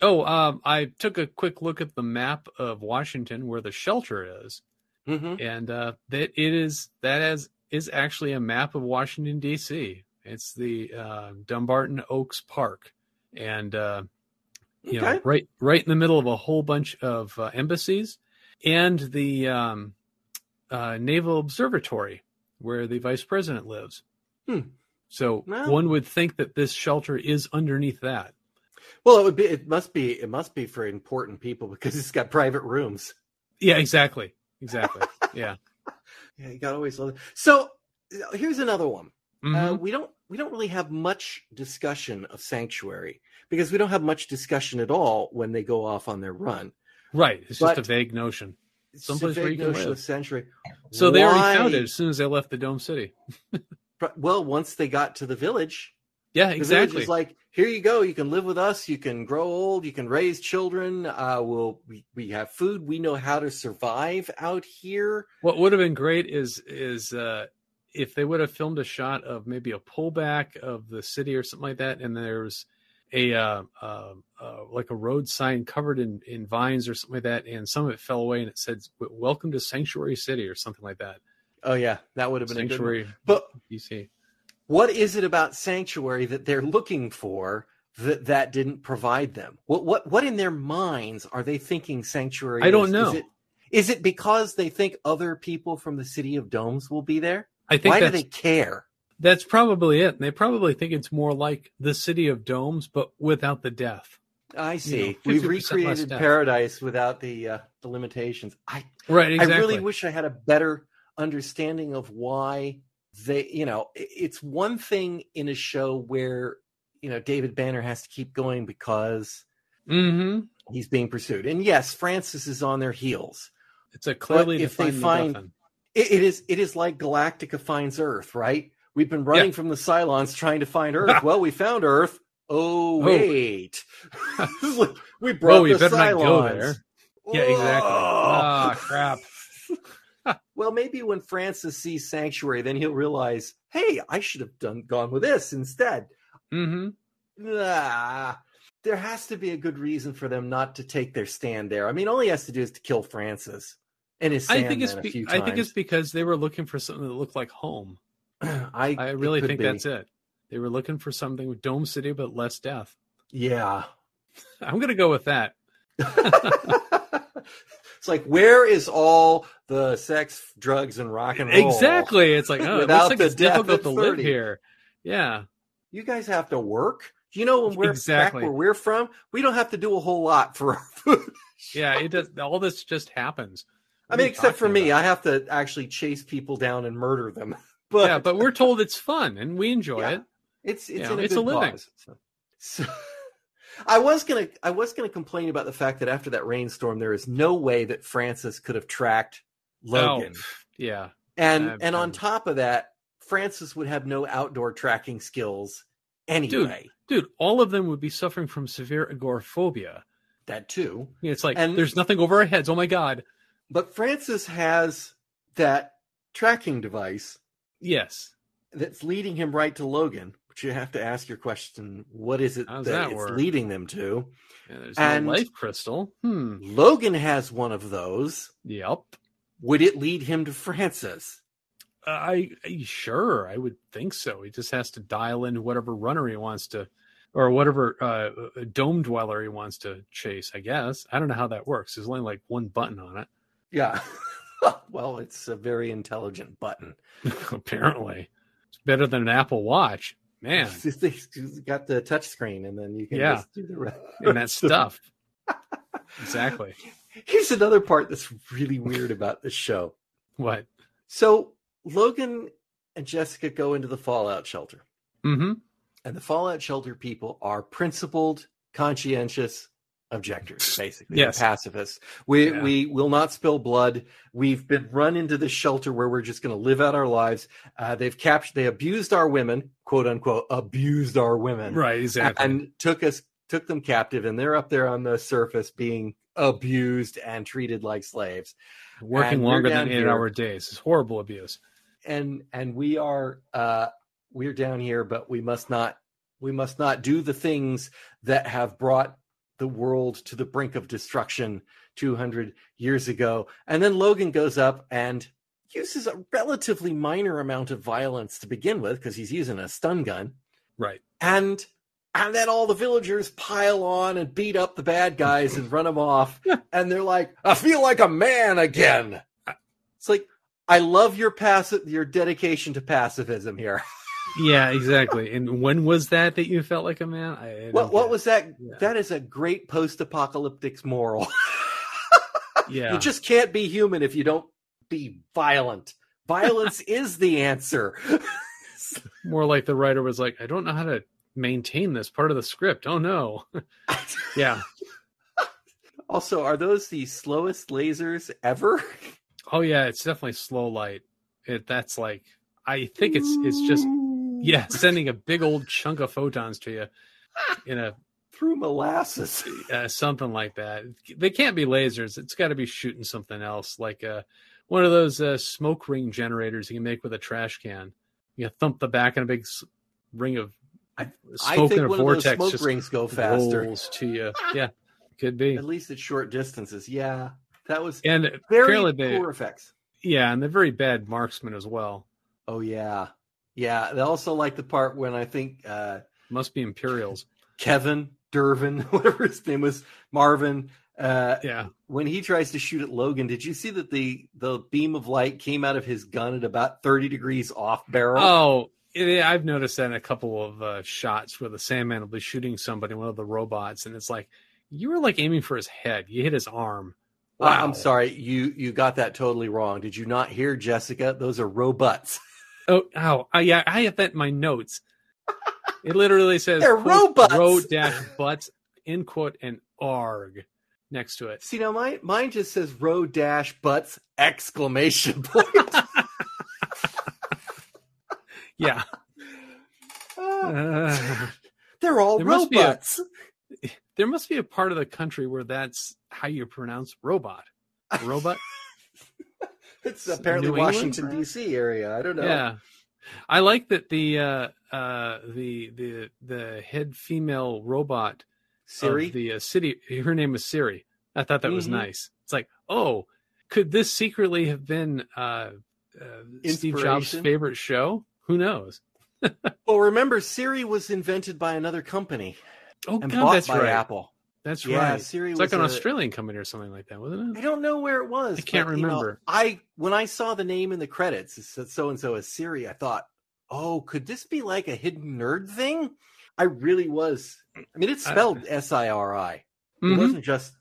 Speaker 2: Oh, um, I took a quick look at the map of Washington where the shelter is,
Speaker 1: hmm
Speaker 2: and uh, that it is that is is actually a map of Washington D.C. It's the uh, Dumbarton Oaks Park, and uh, you know
Speaker 1: Okay.
Speaker 2: right right in the middle of a whole bunch of uh, embassies and the um, uh, naval observatory where the vice president lives
Speaker 1: Hmm.
Speaker 2: so
Speaker 1: Well-
Speaker 2: one would think that this shelter is underneath that
Speaker 1: Well, it would be. It must be. It must be for important people because it's got private rooms.
Speaker 2: Yeah, exactly. Exactly. yeah.
Speaker 1: Yeah, you got always love. It. So here's another one. Uh,
Speaker 2: Mhm.
Speaker 1: we don't. We don't really have much discussion of sanctuary because we don't have much discussion at all when they go off on their run.
Speaker 2: right. It's just
Speaker 1: but-
Speaker 2: a vague notion.
Speaker 1: It's
Speaker 2: Someplace
Speaker 1: a
Speaker 2: where
Speaker 1: vague
Speaker 2: you can
Speaker 1: notion of
Speaker 2: live.
Speaker 1: sanctuary.
Speaker 2: So they
Speaker 1: Why-
Speaker 2: already found it as soon as they left the Dome City.
Speaker 1: Well, once they got to the village,
Speaker 2: Yeah,
Speaker 1: The village
Speaker 2: exactly.
Speaker 1: is like, here you go. You can live with us. You can grow old. You can raise children. Uh, we'll, we we have food. We know how to survive out here.
Speaker 2: What would have been great is is uh, if they would have filmed a shot of maybe a pullback of the city or something like that, and there's a uh, uh, uh, like a road sign covered in, in vines or something like that, and some of it fell away and it said "Welcome to Sanctuary City" or something like that.
Speaker 1: Oh yeah, that would have been a good. One.
Speaker 2: Sanctuary
Speaker 1: But
Speaker 2: DC.
Speaker 1: what is it about sanctuary that they're looking for that that didn't provide them? What what what in their minds are they thinking sanctuary?
Speaker 2: I don't
Speaker 1: is?
Speaker 2: know.
Speaker 1: Is it, is it because they think other people from the city of domes will be there?
Speaker 2: I think
Speaker 1: Why do
Speaker 2: that's
Speaker 1: they care?
Speaker 2: that's probably it. And they probably think it's more like the City of Domes, but without the death.
Speaker 1: I see.
Speaker 2: know, 50%
Speaker 1: We've
Speaker 2: less
Speaker 1: recreated
Speaker 2: death.
Speaker 1: paradise without the uh, the limitations. I
Speaker 2: Right. Exactly.
Speaker 1: I really wish I had a better understanding of why they, you know, i- it's one thing in a show where, you know, David Banner has to keep going because
Speaker 2: hmm
Speaker 1: he's being pursued. And yes, Francis is on their heels.
Speaker 2: It's a clearly
Speaker 1: if they find-
Speaker 2: defined MacGuffin.
Speaker 1: It, it is it is like Galactica finds Earth, right? We've been running from the Cylons trying to find Earth. well, we found Earth. Oh
Speaker 2: Oh.
Speaker 1: wait, we brought
Speaker 2: Well, we
Speaker 1: the
Speaker 2: better
Speaker 1: Cylons.
Speaker 2: not go there. Yeah, exactly.
Speaker 1: Oh.
Speaker 2: Ah, crap.
Speaker 1: Well, maybe when Francis sees Sanctuary, then he'll realize, hey, I should have done gone with this instead.
Speaker 2: hmm
Speaker 1: Ah, there has to be a good reason for them not to take their stand there. I mean, all he has to do is to kill Francis and his
Speaker 2: I think
Speaker 1: Sandman
Speaker 2: it's
Speaker 1: a
Speaker 2: be-
Speaker 1: few
Speaker 2: I
Speaker 1: times.
Speaker 2: think it's because they were looking for something that looked like home.
Speaker 1: I,
Speaker 2: I
Speaker 1: it
Speaker 2: really
Speaker 1: could
Speaker 2: think
Speaker 1: be.
Speaker 2: that's it. They were looking for something with Dome City but less death.
Speaker 1: Yeah.
Speaker 2: I'm gonna go with that.
Speaker 1: it's like, where is all the sex, drugs, and rock and roll?
Speaker 2: Exactly. It's like oh, it
Speaker 1: Oh. Without
Speaker 2: looks like
Speaker 1: the
Speaker 2: it's
Speaker 1: death
Speaker 2: difficult
Speaker 1: at
Speaker 2: to live
Speaker 1: 30.
Speaker 2: here. Yeah.
Speaker 1: You guys have to work. You know, when we're
Speaker 2: Exactly.
Speaker 1: back where we're from, we don't have to do a whole lot for our food.
Speaker 2: Yeah, it does all this just happens.
Speaker 1: I
Speaker 2: What are
Speaker 1: mean,
Speaker 2: you
Speaker 1: except for
Speaker 2: talking
Speaker 1: me,
Speaker 2: about?
Speaker 1: I have to actually chase people down and murder them. But,
Speaker 2: yeah, but we're told it's fun and we enjoy
Speaker 1: Yeah.
Speaker 2: it.
Speaker 1: it's it's
Speaker 2: yeah,
Speaker 1: in a
Speaker 2: it's
Speaker 1: good
Speaker 2: a living.
Speaker 1: cause. So, so- I was gonna I was gonna complain about the fact that after that rainstorm, there is no way that Francis could have tracked Logan,
Speaker 2: Oh, yeah.
Speaker 1: and
Speaker 2: I've-
Speaker 1: and on
Speaker 2: I've-
Speaker 1: top of that, Francis would have no outdoor tracking skills anyway.
Speaker 2: Dude, all of them would be suffering from severe agoraphobia.
Speaker 1: That too.
Speaker 2: You know, It's like
Speaker 1: And-
Speaker 2: there's nothing over our heads. Oh my god.
Speaker 1: But Francis has that tracking device
Speaker 2: Yes.
Speaker 1: that's leading him right to Logan, but you have to ask your question: What is it
Speaker 2: How
Speaker 1: that,
Speaker 2: does that
Speaker 1: it's
Speaker 2: work?
Speaker 1: leading them to?
Speaker 2: Yeah, there's
Speaker 1: And-
Speaker 2: no life crystal. Hmm.
Speaker 1: Logan has one of those.
Speaker 2: Yep.
Speaker 1: Would it lead him to Francis?
Speaker 2: I, I sure I would think so. He just has to dial in whatever runner he wants to, or whatever uh, uh, dome dweller he wants to chase. I guess I don't know how that works. There's only like one button on it,
Speaker 1: Yeah. well, it's a very intelligent button.
Speaker 2: apparently. It's better than an Apple Watch, man.
Speaker 1: It's got the touch screen, and then you can
Speaker 2: Yeah.
Speaker 1: just do the rest.
Speaker 2: And that stuff. exactly.
Speaker 1: Here's another part that's really weird about this show.
Speaker 2: What?
Speaker 1: So Logan and Jessica go into the fallout shelter.
Speaker 2: Mm-hmm.
Speaker 1: and the fallout shelter people are principled conscientious objectors basically
Speaker 2: Yes.
Speaker 1: They're pacifists we
Speaker 2: Yeah.
Speaker 1: we will not spill blood we've been run into this shelter where we're just going to live out our lives uh, they've captured they abused our women quote unquote abused our women
Speaker 2: Right. Exactly.
Speaker 1: and took us took them captive and they're up there on the surface being abused and treated like slaves
Speaker 2: Working
Speaker 1: and we're
Speaker 2: longer
Speaker 1: down
Speaker 2: than
Speaker 1: here.
Speaker 2: eight-hour days is horrible abuse.
Speaker 1: and and we are uh we're down here but we must not we must not do the things that have brought the world to the brink of destruction 200 years ago and then logan goes up and uses a relatively minor amount of violence to begin with because he's using a stun gun
Speaker 2: Right.
Speaker 1: and and then all the villagers pile on and beat up the bad guys and run them off and they're like i feel like a man again it's like i love your passive your dedication to pacifism here
Speaker 2: yeah, exactly. And when was that that you felt like a man? I, I don't
Speaker 1: What
Speaker 2: get
Speaker 1: what
Speaker 2: it.
Speaker 1: was that?
Speaker 2: Yeah.
Speaker 1: That is a great post-apocalyptic moral.
Speaker 2: Yeah,
Speaker 1: You just can't be human if you don't be violent. Violence is the answer.
Speaker 2: more like the writer was like, I don't know how to maintain this part of the script. Oh no. yeah.
Speaker 1: also, are those the slowest lasers ever?
Speaker 2: Oh yeah, it's definitely slow light. It that's like I think it's it's just yeah, sending a big old chunk of photons to you in a
Speaker 1: through molasses.
Speaker 2: uh, something like that. They can't be lasers. It's got to be shooting something else, like uh, one of those uh, smoke ring generators you can make with a trash can. You thump the back, and a big s- ring of
Speaker 1: I- I
Speaker 2: smoke in
Speaker 1: think
Speaker 2: a
Speaker 1: one of those
Speaker 2: vortex
Speaker 1: smoke
Speaker 2: just
Speaker 1: rings go faster.
Speaker 2: rolls to you. Yeah, could be.
Speaker 1: At least at short distances. Yeah, that was
Speaker 2: And
Speaker 1: very
Speaker 2: Apparently
Speaker 1: poor
Speaker 2: they-
Speaker 1: effects.
Speaker 2: yeah, and they're very bad marksmen as well.
Speaker 1: Oh yeah, yeah. They also like the part when I think uh,
Speaker 2: Must be Imperials.
Speaker 1: Kevin Durvin, whatever his name was, Marvin. Uh,
Speaker 2: Yeah,
Speaker 1: when he tries to shoot at Logan, did you see that the the beam of light came out of his gun at about thirty degrees off barrel?
Speaker 2: Oh, yeah, I've noticed that in a couple of uh, shots where the Sandman will be shooting somebody, one of the robots, and it's like you were like aiming for his head. You hit his arm.
Speaker 1: I- I'm sorry, you you got that totally wrong. Did you not hear, Jessica? Those are robots.
Speaker 2: Oh, ow. I, yeah, I have that in my notes. It literally says
Speaker 1: They're robots.
Speaker 2: road dash butts end quote and arg next to it.
Speaker 1: See now, my mine just says row dash butts exclamation point.
Speaker 2: Yeah,
Speaker 1: Ah,
Speaker 2: Uh,
Speaker 1: they're all
Speaker 2: There must be a-
Speaker 1: robots.
Speaker 2: there must be a part of the country where that's how you pronounce robot. Robot.
Speaker 1: It's apparently
Speaker 2: New England,
Speaker 1: Washington
Speaker 2: perhaps?
Speaker 1: D.C. area. I don't know.
Speaker 2: Yeah, I like that the uh, uh, the the the head female robot
Speaker 1: Siri.
Speaker 2: of the uh, city. Her name was Siri. I thought that was
Speaker 1: Mhm.
Speaker 2: nice. It's like, oh, could this secretly have been uh, uh, Steve Jobs'
Speaker 1: Inspiration?
Speaker 2: favorite show? Who knows?
Speaker 1: well, remember, Siri was invented by another company
Speaker 2: Oh
Speaker 1: and
Speaker 2: God,
Speaker 1: bought
Speaker 2: that's
Speaker 1: by
Speaker 2: right.
Speaker 1: Apple.
Speaker 2: That's
Speaker 1: yeah,
Speaker 2: right.
Speaker 1: Siri
Speaker 2: It's
Speaker 1: was
Speaker 2: like
Speaker 1: a-
Speaker 2: an Australian company or something like that, wasn't
Speaker 1: I
Speaker 2: it?
Speaker 1: don't know where it was.
Speaker 2: I can't
Speaker 1: but, you know,
Speaker 2: remember.
Speaker 1: I when I saw the name in the credits, it said so and so is Siri. I thought, oh, could this be like a hidden nerd thing? I really was. I mean, it's
Speaker 2: I-
Speaker 1: spelled S I R I. It
Speaker 2: Mhm.
Speaker 1: wasn't just.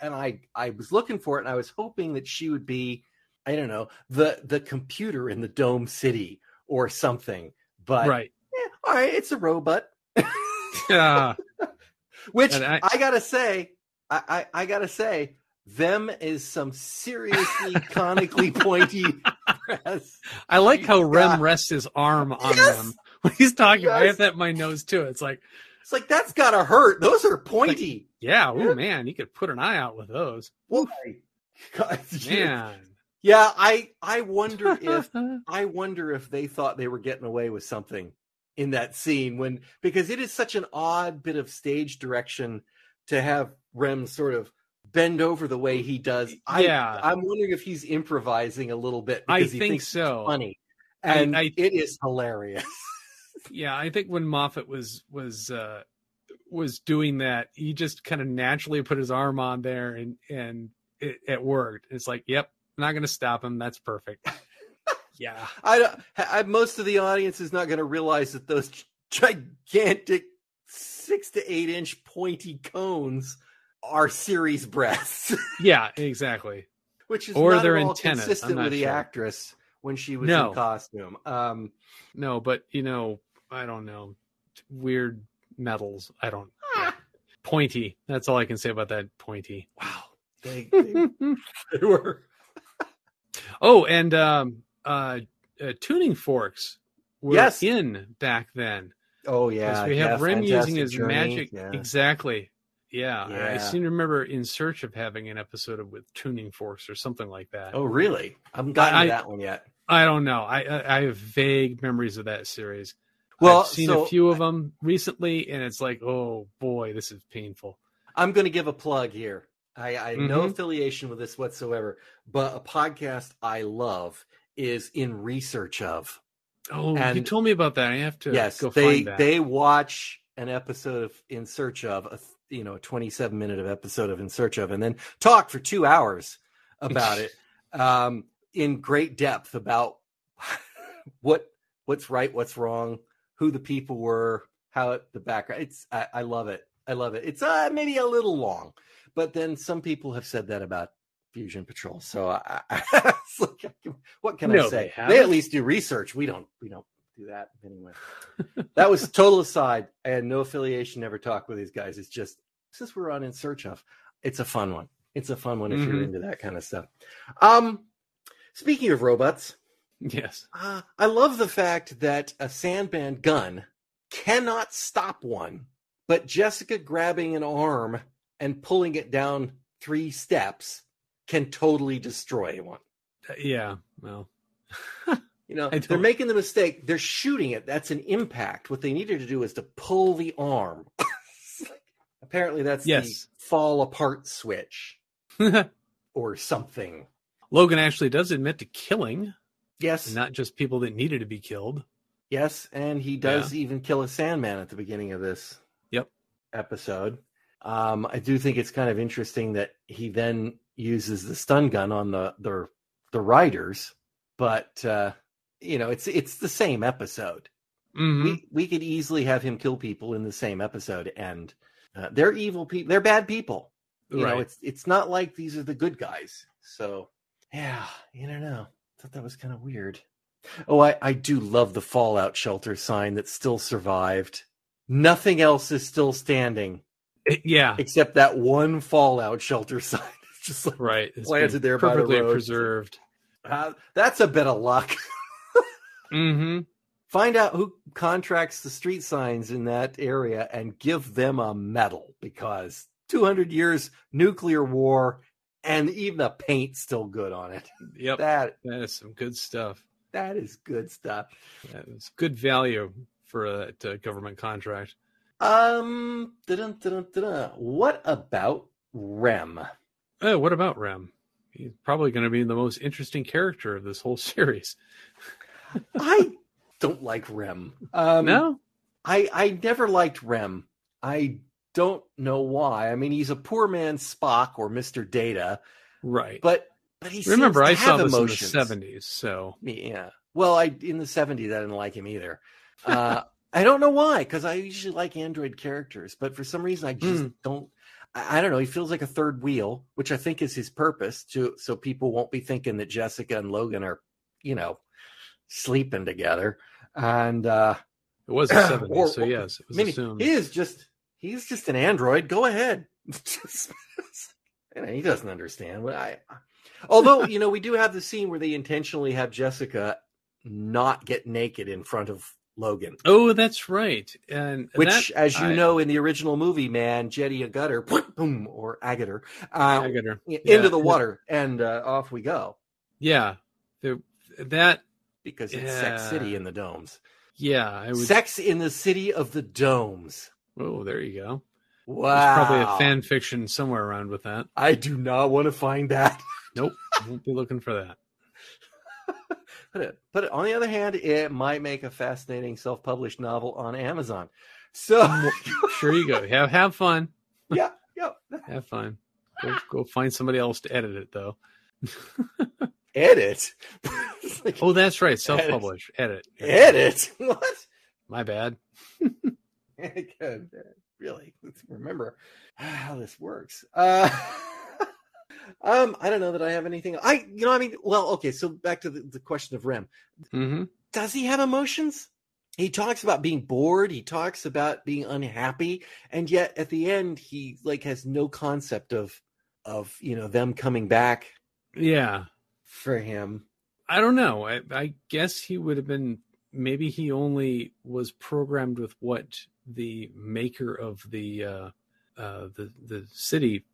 Speaker 1: And I I was looking for it, and I was hoping that she would be, I don't know, the the computer in the Dome City or something. But
Speaker 2: Right.
Speaker 1: eh, all right, it's a robot.
Speaker 2: Yeah.
Speaker 1: Which
Speaker 2: And
Speaker 1: I,
Speaker 2: I-
Speaker 1: gotta say, I, I, I gotta say, them is some seriously conically pointy press.
Speaker 2: I like how
Speaker 1: God.
Speaker 2: Rem rests his arm on
Speaker 1: Yes!
Speaker 2: them when he's talking. I
Speaker 1: Yes.
Speaker 2: have that in my nose too. It's like,
Speaker 1: It's like that's gotta hurt. Those are pointy.
Speaker 2: yeah,
Speaker 1: Yeah.
Speaker 2: oh man, you could put an eye out with those.
Speaker 1: Well, God, yeah.
Speaker 2: Man.
Speaker 1: yeah, I I wonder if I wonder if they thought they were getting away with something in that scene when because it is such an odd bit of stage direction to have Rem sort of bend over the way he does. I,
Speaker 2: Yeah.
Speaker 1: I'm wondering if he's improvising a little bit
Speaker 2: I
Speaker 1: because he
Speaker 2: think
Speaker 1: thinks
Speaker 2: so.
Speaker 1: funny,
Speaker 2: I-
Speaker 1: and
Speaker 2: I-
Speaker 1: it is hilarious.
Speaker 2: yeah i think when moffat was was uh was doing that he just kind of naturally put his arm on there and and it, it worked it's like yep not gonna stop him that's perfect yeah
Speaker 1: I, don't- I most of the audience is not going to realize that those gigantic six to eight inch pointy cones are series breasts,
Speaker 2: yeah exactly
Speaker 1: which is
Speaker 2: Or
Speaker 1: not
Speaker 2: their
Speaker 1: at all
Speaker 2: antennas, I'm
Speaker 1: consistent
Speaker 2: not
Speaker 1: with the
Speaker 2: sure.
Speaker 1: actress when she was
Speaker 2: No.
Speaker 1: in costume. Um,
Speaker 2: no but you know i don't know weird metals i don't pointy that's all i can say about that pointy
Speaker 1: wow, they, they, they were.
Speaker 2: oh and um uh, uh tuning forks were
Speaker 1: Yes.
Speaker 2: in back then
Speaker 1: Oh
Speaker 2: Yes,
Speaker 1: yeah,
Speaker 2: we have
Speaker 1: yeah,
Speaker 2: Rim using
Speaker 1: Fantastic
Speaker 2: his
Speaker 1: Journey,
Speaker 2: magic.
Speaker 1: yeah.
Speaker 2: Exactly. Yeah, I-
Speaker 1: Yeah.
Speaker 2: I seem to remember In Search of having an episode of, with tuning forks or something like that.
Speaker 1: Oh really? I haven't gotten
Speaker 2: I-
Speaker 1: to that one yet.
Speaker 2: I don't know. I, I I have vague memories of that series.
Speaker 1: Well,
Speaker 2: I've seen
Speaker 1: so
Speaker 2: a few of them recently, and it's like, oh boy, this is painful.
Speaker 1: I'm going to give a plug here. I, I have no
Speaker 2: Mhm.
Speaker 1: affiliation with this whatsoever, but a podcast I love is in research of.
Speaker 2: Oh, you
Speaker 1: And-
Speaker 2: told me about that. I have to
Speaker 1: yes,
Speaker 2: go
Speaker 1: they
Speaker 2: find that.
Speaker 1: they watch an episode of In Search of a th- you know a 27 minute of episode of In Search of, and then talk for two hours about it um, in great depth about what what's right, what's wrong, who the people were, how it, the background. It's I, I love it. I love it. It's uh, maybe a little long, but then some people have said that about Fusion Patrol. So I, I, it's like, what can I
Speaker 2: No,
Speaker 1: say?
Speaker 2: they
Speaker 1: they at
Speaker 2: haven't.
Speaker 1: least do research. We don't. We don't do that anyway. that was total aside. I had no affiliation. Never talked with these guys. It's just since we're on in search of. It's a fun one. It's a fun one if you're
Speaker 2: Mhm.
Speaker 1: into that kind of stuff. Um, speaking of robots,
Speaker 2: Yes.
Speaker 1: uh, I love the fact that a Sandman gun cannot stop one, but Jessica grabbing an arm and pulling it down three steps can totally destroy one.
Speaker 2: Yeah. Well.
Speaker 1: You know,
Speaker 2: I
Speaker 1: they're
Speaker 2: don't-
Speaker 1: making the mistake. They're shooting it. That's an impact. What they needed to do is to pull the arm. Apparently, that's
Speaker 2: Yes.
Speaker 1: the fall apart switch or something.
Speaker 2: Logan actually does admit to killing,
Speaker 1: Yes.
Speaker 2: not just people that needed to be killed.
Speaker 1: Yes, and he does even kill a Sandman at the beginning of this
Speaker 2: Yep.
Speaker 1: episode. Um, I do think it's kind of interesting that he then uses the stun gun on the the, the riders, but uh, you know it's it's the same episode.
Speaker 2: Mm-hmm.
Speaker 1: We we could easily have him kill people in the same episode, and uh, they're evil people. They're bad people. You know, it's it's not like these are the good guys. So yeah, you don't know. I thought that was kind of weird. Oh, I, I do love the fallout shelter sign that still survived. Nothing else is still standing
Speaker 2: yeah.
Speaker 1: except that one fallout shelter sign. It's just like
Speaker 2: right. It's
Speaker 1: planted
Speaker 2: been
Speaker 1: there by the
Speaker 2: perfectly
Speaker 1: road.
Speaker 2: preserved.
Speaker 1: uh, that's a bit of luck.
Speaker 2: Mm-hmm.
Speaker 1: Find out who contracts the street signs in that area and give them a medal because 200 years nuclear war and even the paint's still good on it.
Speaker 2: Yep.
Speaker 1: That
Speaker 2: that is some good stuff.
Speaker 1: That is good stuff.
Speaker 2: That is good value for a uh, government contract.
Speaker 1: Um, dun dun dun what about Rem?
Speaker 2: Oh, what about Rem? He's probably going to be the most interesting character of this whole series.
Speaker 1: I don't like Rem. Um,
Speaker 2: no,
Speaker 1: I I never liked Rem. I don't know why. I mean, he's a poor man Spock or Mister Data,
Speaker 2: right.
Speaker 1: but but he
Speaker 2: Remember, I
Speaker 1: seems to
Speaker 2: saw
Speaker 1: have
Speaker 2: this
Speaker 1: emotions.
Speaker 2: in the seventies. So
Speaker 1: Yeah. Well, I in the seventies I didn't like him either. Uh, I don't know why, because I usually like Android characters, but for some reason I just don't. I, I don't know. He feels like a third wheel, which I think is his purpose to so people won't be thinking that Jessica and Logan are, you know, sleeping together. And uh,
Speaker 2: it was
Speaker 1: Or-
Speaker 2: the seventies. So yes, it
Speaker 1: I
Speaker 2: was
Speaker 1: mean,
Speaker 2: assumed.
Speaker 1: he is just he's just an android. Go ahead. and he doesn't understand what I. Although you know, we do have the scene where they intentionally have Jessica not get naked in front of Logan,
Speaker 2: oh, that's right. And
Speaker 1: which, as you
Speaker 2: I-
Speaker 1: know, in the original movie, man, Jetty a gutter, boom, or agater, uh,
Speaker 2: I got her.
Speaker 1: into
Speaker 2: yeah.
Speaker 1: the water, and uh, off we go
Speaker 2: Yeah, There- that.
Speaker 1: because it's Sex
Speaker 2: Yeah.
Speaker 1: City in the domes.
Speaker 2: Yeah, I would.
Speaker 1: Sex in the City of the Domes.
Speaker 2: oh, there you go.
Speaker 1: Wow,
Speaker 2: There's probably a fan fiction somewhere around with that.
Speaker 1: I do not want to find that.
Speaker 2: Nope, I won't be looking for that.
Speaker 1: Put it, but on the other hand, it might make a fascinating self-published novel on Amazon. So,
Speaker 2: Sure you go. Have have fun.
Speaker 1: yeah, yeah.
Speaker 2: Have fun. Go, go find somebody else to edit it though.
Speaker 1: Edit. It's like,
Speaker 2: Oh, that's right. Self publish. Edit.
Speaker 1: Edit. What?
Speaker 2: My bad.
Speaker 1: Good. Really? Let's remember how this works. Uh, um, I don't know that I have anything. I, you know, I mean, well, okay. So back to the, the question of Rem.
Speaker 2: Mm-hmm.
Speaker 1: does he have emotions? He talks about being bored, he talks about being unhappy, and yet at the end he like has no concept of of, you know, them coming back
Speaker 2: Yeah.
Speaker 1: for him.
Speaker 2: I don't know. I, I guess he would have been. Maybe he only was programmed with what the maker of the uh, uh, the the city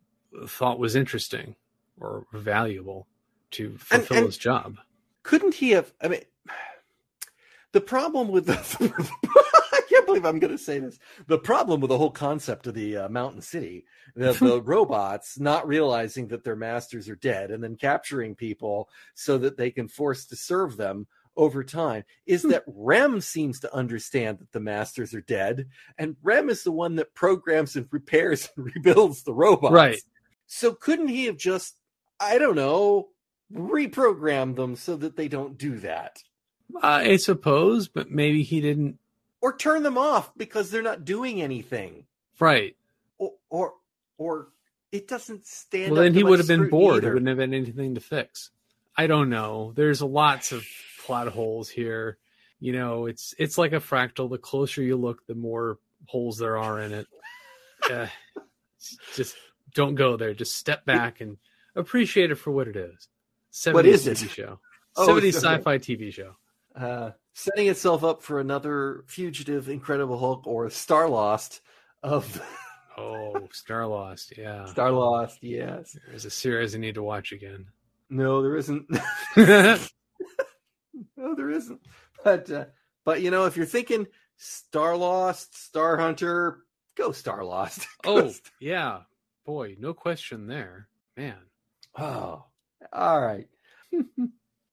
Speaker 2: thought was interesting or valuable to fulfill
Speaker 1: and-
Speaker 2: his job.
Speaker 1: Couldn't he have I mean the problem with the I can't believe I'm going to say this. The problem with the whole concept of the uh, mountain city, the, the robots not realizing that their masters are dead and then capturing people so that they can force to serve them over time is that Rem seems to understand that the masters are dead, and Rem is the one that programs and repairs and rebuilds the robots.
Speaker 2: Right.
Speaker 1: So couldn't he have just, I don't know, reprogrammed them so that they don't do that?
Speaker 2: I suppose, but maybe he didn't
Speaker 1: or turn them off because they're not doing anything
Speaker 2: Right.
Speaker 1: or or, or it doesn't stand
Speaker 2: well,
Speaker 1: up
Speaker 2: then
Speaker 1: to
Speaker 2: he
Speaker 1: much
Speaker 2: would have been
Speaker 1: scrutiny
Speaker 2: bored. He
Speaker 1: either.
Speaker 2: wouldn't have had anything to fix. I don't know. There's lots of plot holes here. You know, it's it's like a fractal. The closer you look, the more holes there are in it. Uh, just don't go there. Just step back and appreciate it for what it is. 70s
Speaker 1: What is it?
Speaker 2: TV show.
Speaker 1: Oh,
Speaker 2: 70s
Speaker 1: it's- okay.
Speaker 2: sci-fi TV show.
Speaker 1: uh, setting itself up for another fugitive Incredible Hulk or Star Lost of
Speaker 2: Oh, Star Lost. Yeah.
Speaker 1: Star Lost. Yes.
Speaker 2: There's a series I need to watch again.
Speaker 1: No, there isn't. no, there isn't. But uh, but you know, if you're thinking Star Lost, Star Hunter, go Star Lost. Go
Speaker 2: oh,
Speaker 1: Star-
Speaker 2: yeah. Boy, no question there. Man.
Speaker 1: oh, all right.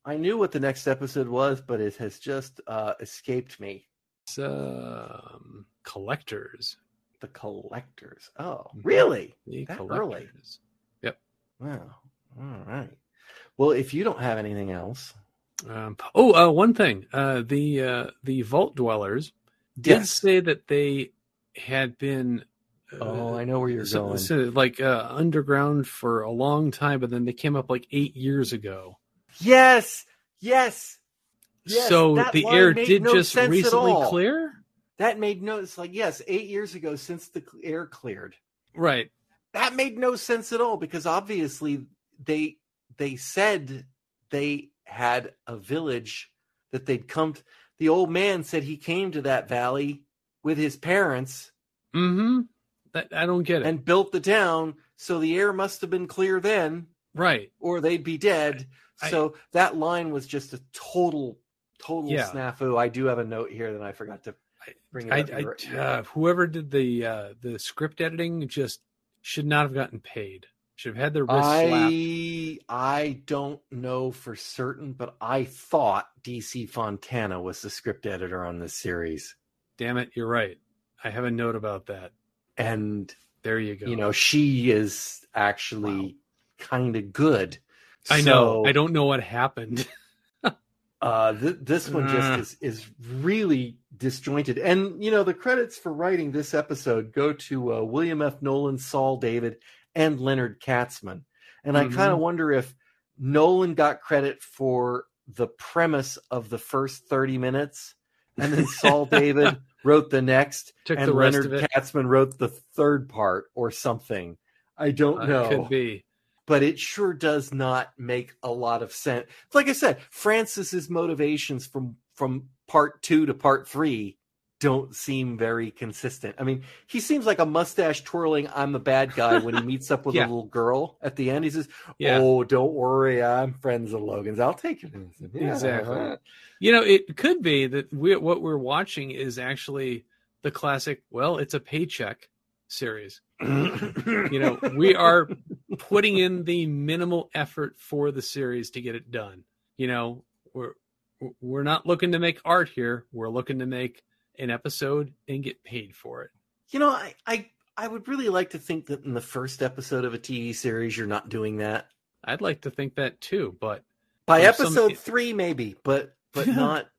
Speaker 1: I knew what the next episode was, but it has just uh, escaped me.
Speaker 2: It's, um, collectors.
Speaker 1: The collectors. Oh,
Speaker 2: Mhm.
Speaker 1: really?
Speaker 2: The
Speaker 1: That early?
Speaker 2: collectors.
Speaker 1: Wow. All right. Well, if you don't have anything else,
Speaker 2: Um, oh, uh, one thing. Uh, the uh, the vault dwellers did say that they had been. Uh,
Speaker 1: Oh, I know where you're
Speaker 2: so-
Speaker 1: going.
Speaker 2: so, like uh, underground for a long time, but then they came up like eight years ago.
Speaker 1: yes, yes. Yes,
Speaker 2: so
Speaker 1: that
Speaker 2: the
Speaker 1: line
Speaker 2: air
Speaker 1: made
Speaker 2: did
Speaker 1: no
Speaker 2: just
Speaker 1: sense at
Speaker 2: recently
Speaker 1: all.
Speaker 2: clear.
Speaker 1: That made no. It's like yes, eight years ago since the cl- air cleared.
Speaker 2: Right.
Speaker 1: That made no sense at all because obviously they they said they had a village that they'd come. To. The old man said he came to that valley with his parents
Speaker 2: Mm-hmm. That I don't get it.
Speaker 1: and built the town. So the air must have been clear then,
Speaker 2: right.
Speaker 1: or they'd be dead.
Speaker 2: I-
Speaker 1: so that line was just a total, total
Speaker 2: Yeah.
Speaker 1: snafu. I do have a note here that I forgot to bring it
Speaker 2: I,
Speaker 1: up. You're right.
Speaker 2: I uh, whoever did the uh, the script editing just should not have gotten paid. Should have had their wrist slapped.
Speaker 1: I I don't know for certain, but I thought DC Fontana was the script editor on this series,
Speaker 2: Damn it, you're right. I have a note about that.
Speaker 1: and
Speaker 2: There you go.
Speaker 1: you know she is actually kind of good.
Speaker 2: I know.
Speaker 1: So,
Speaker 2: I don't know what happened.
Speaker 1: Uh, th- this one
Speaker 2: Uh.
Speaker 1: just is is really disjointed, and you know the credits for writing this episode go to uh, William F. Nolan, Saul David, and Leonard Katzman. And I
Speaker 2: Mhm.
Speaker 1: kind of wonder if Nolan got credit for the premise of the first 30 minutes, and then Saul David wrote the next,
Speaker 2: Took
Speaker 1: and
Speaker 2: the rest
Speaker 1: Leonard
Speaker 2: of it.
Speaker 1: Katzman wrote the third part or something. I don't
Speaker 2: Uh,
Speaker 1: know
Speaker 2: Could be.
Speaker 1: but it sure does not make a lot of sense. Like I said, Francis's motivations from from part 2 to part 3 don't seem very consistent. I mean, he seems like a mustache twirling I'm the bad guy when he meets up with
Speaker 2: Yeah.
Speaker 1: a little girl at the end. He says,
Speaker 2: Yeah.
Speaker 1: "Oh, don't worry, I'm friends of Logan's. I'll take it." I said, "Yeah,
Speaker 2: Exactly.
Speaker 1: all right."
Speaker 2: You know, it could be that we what we're watching is actually the classic. Well, it's a paycheck series. You know, we are putting in the minimal effort for the series to get it done. You know, we're we're not looking to make art here. We're looking to make an episode and get paid for it.
Speaker 1: You know, I, I I would really like to think that in the first episode of a TV series you're not doing that.
Speaker 2: I'd like to think that too, but
Speaker 1: By
Speaker 2: Or some-
Speaker 1: episode 3 maybe, but but not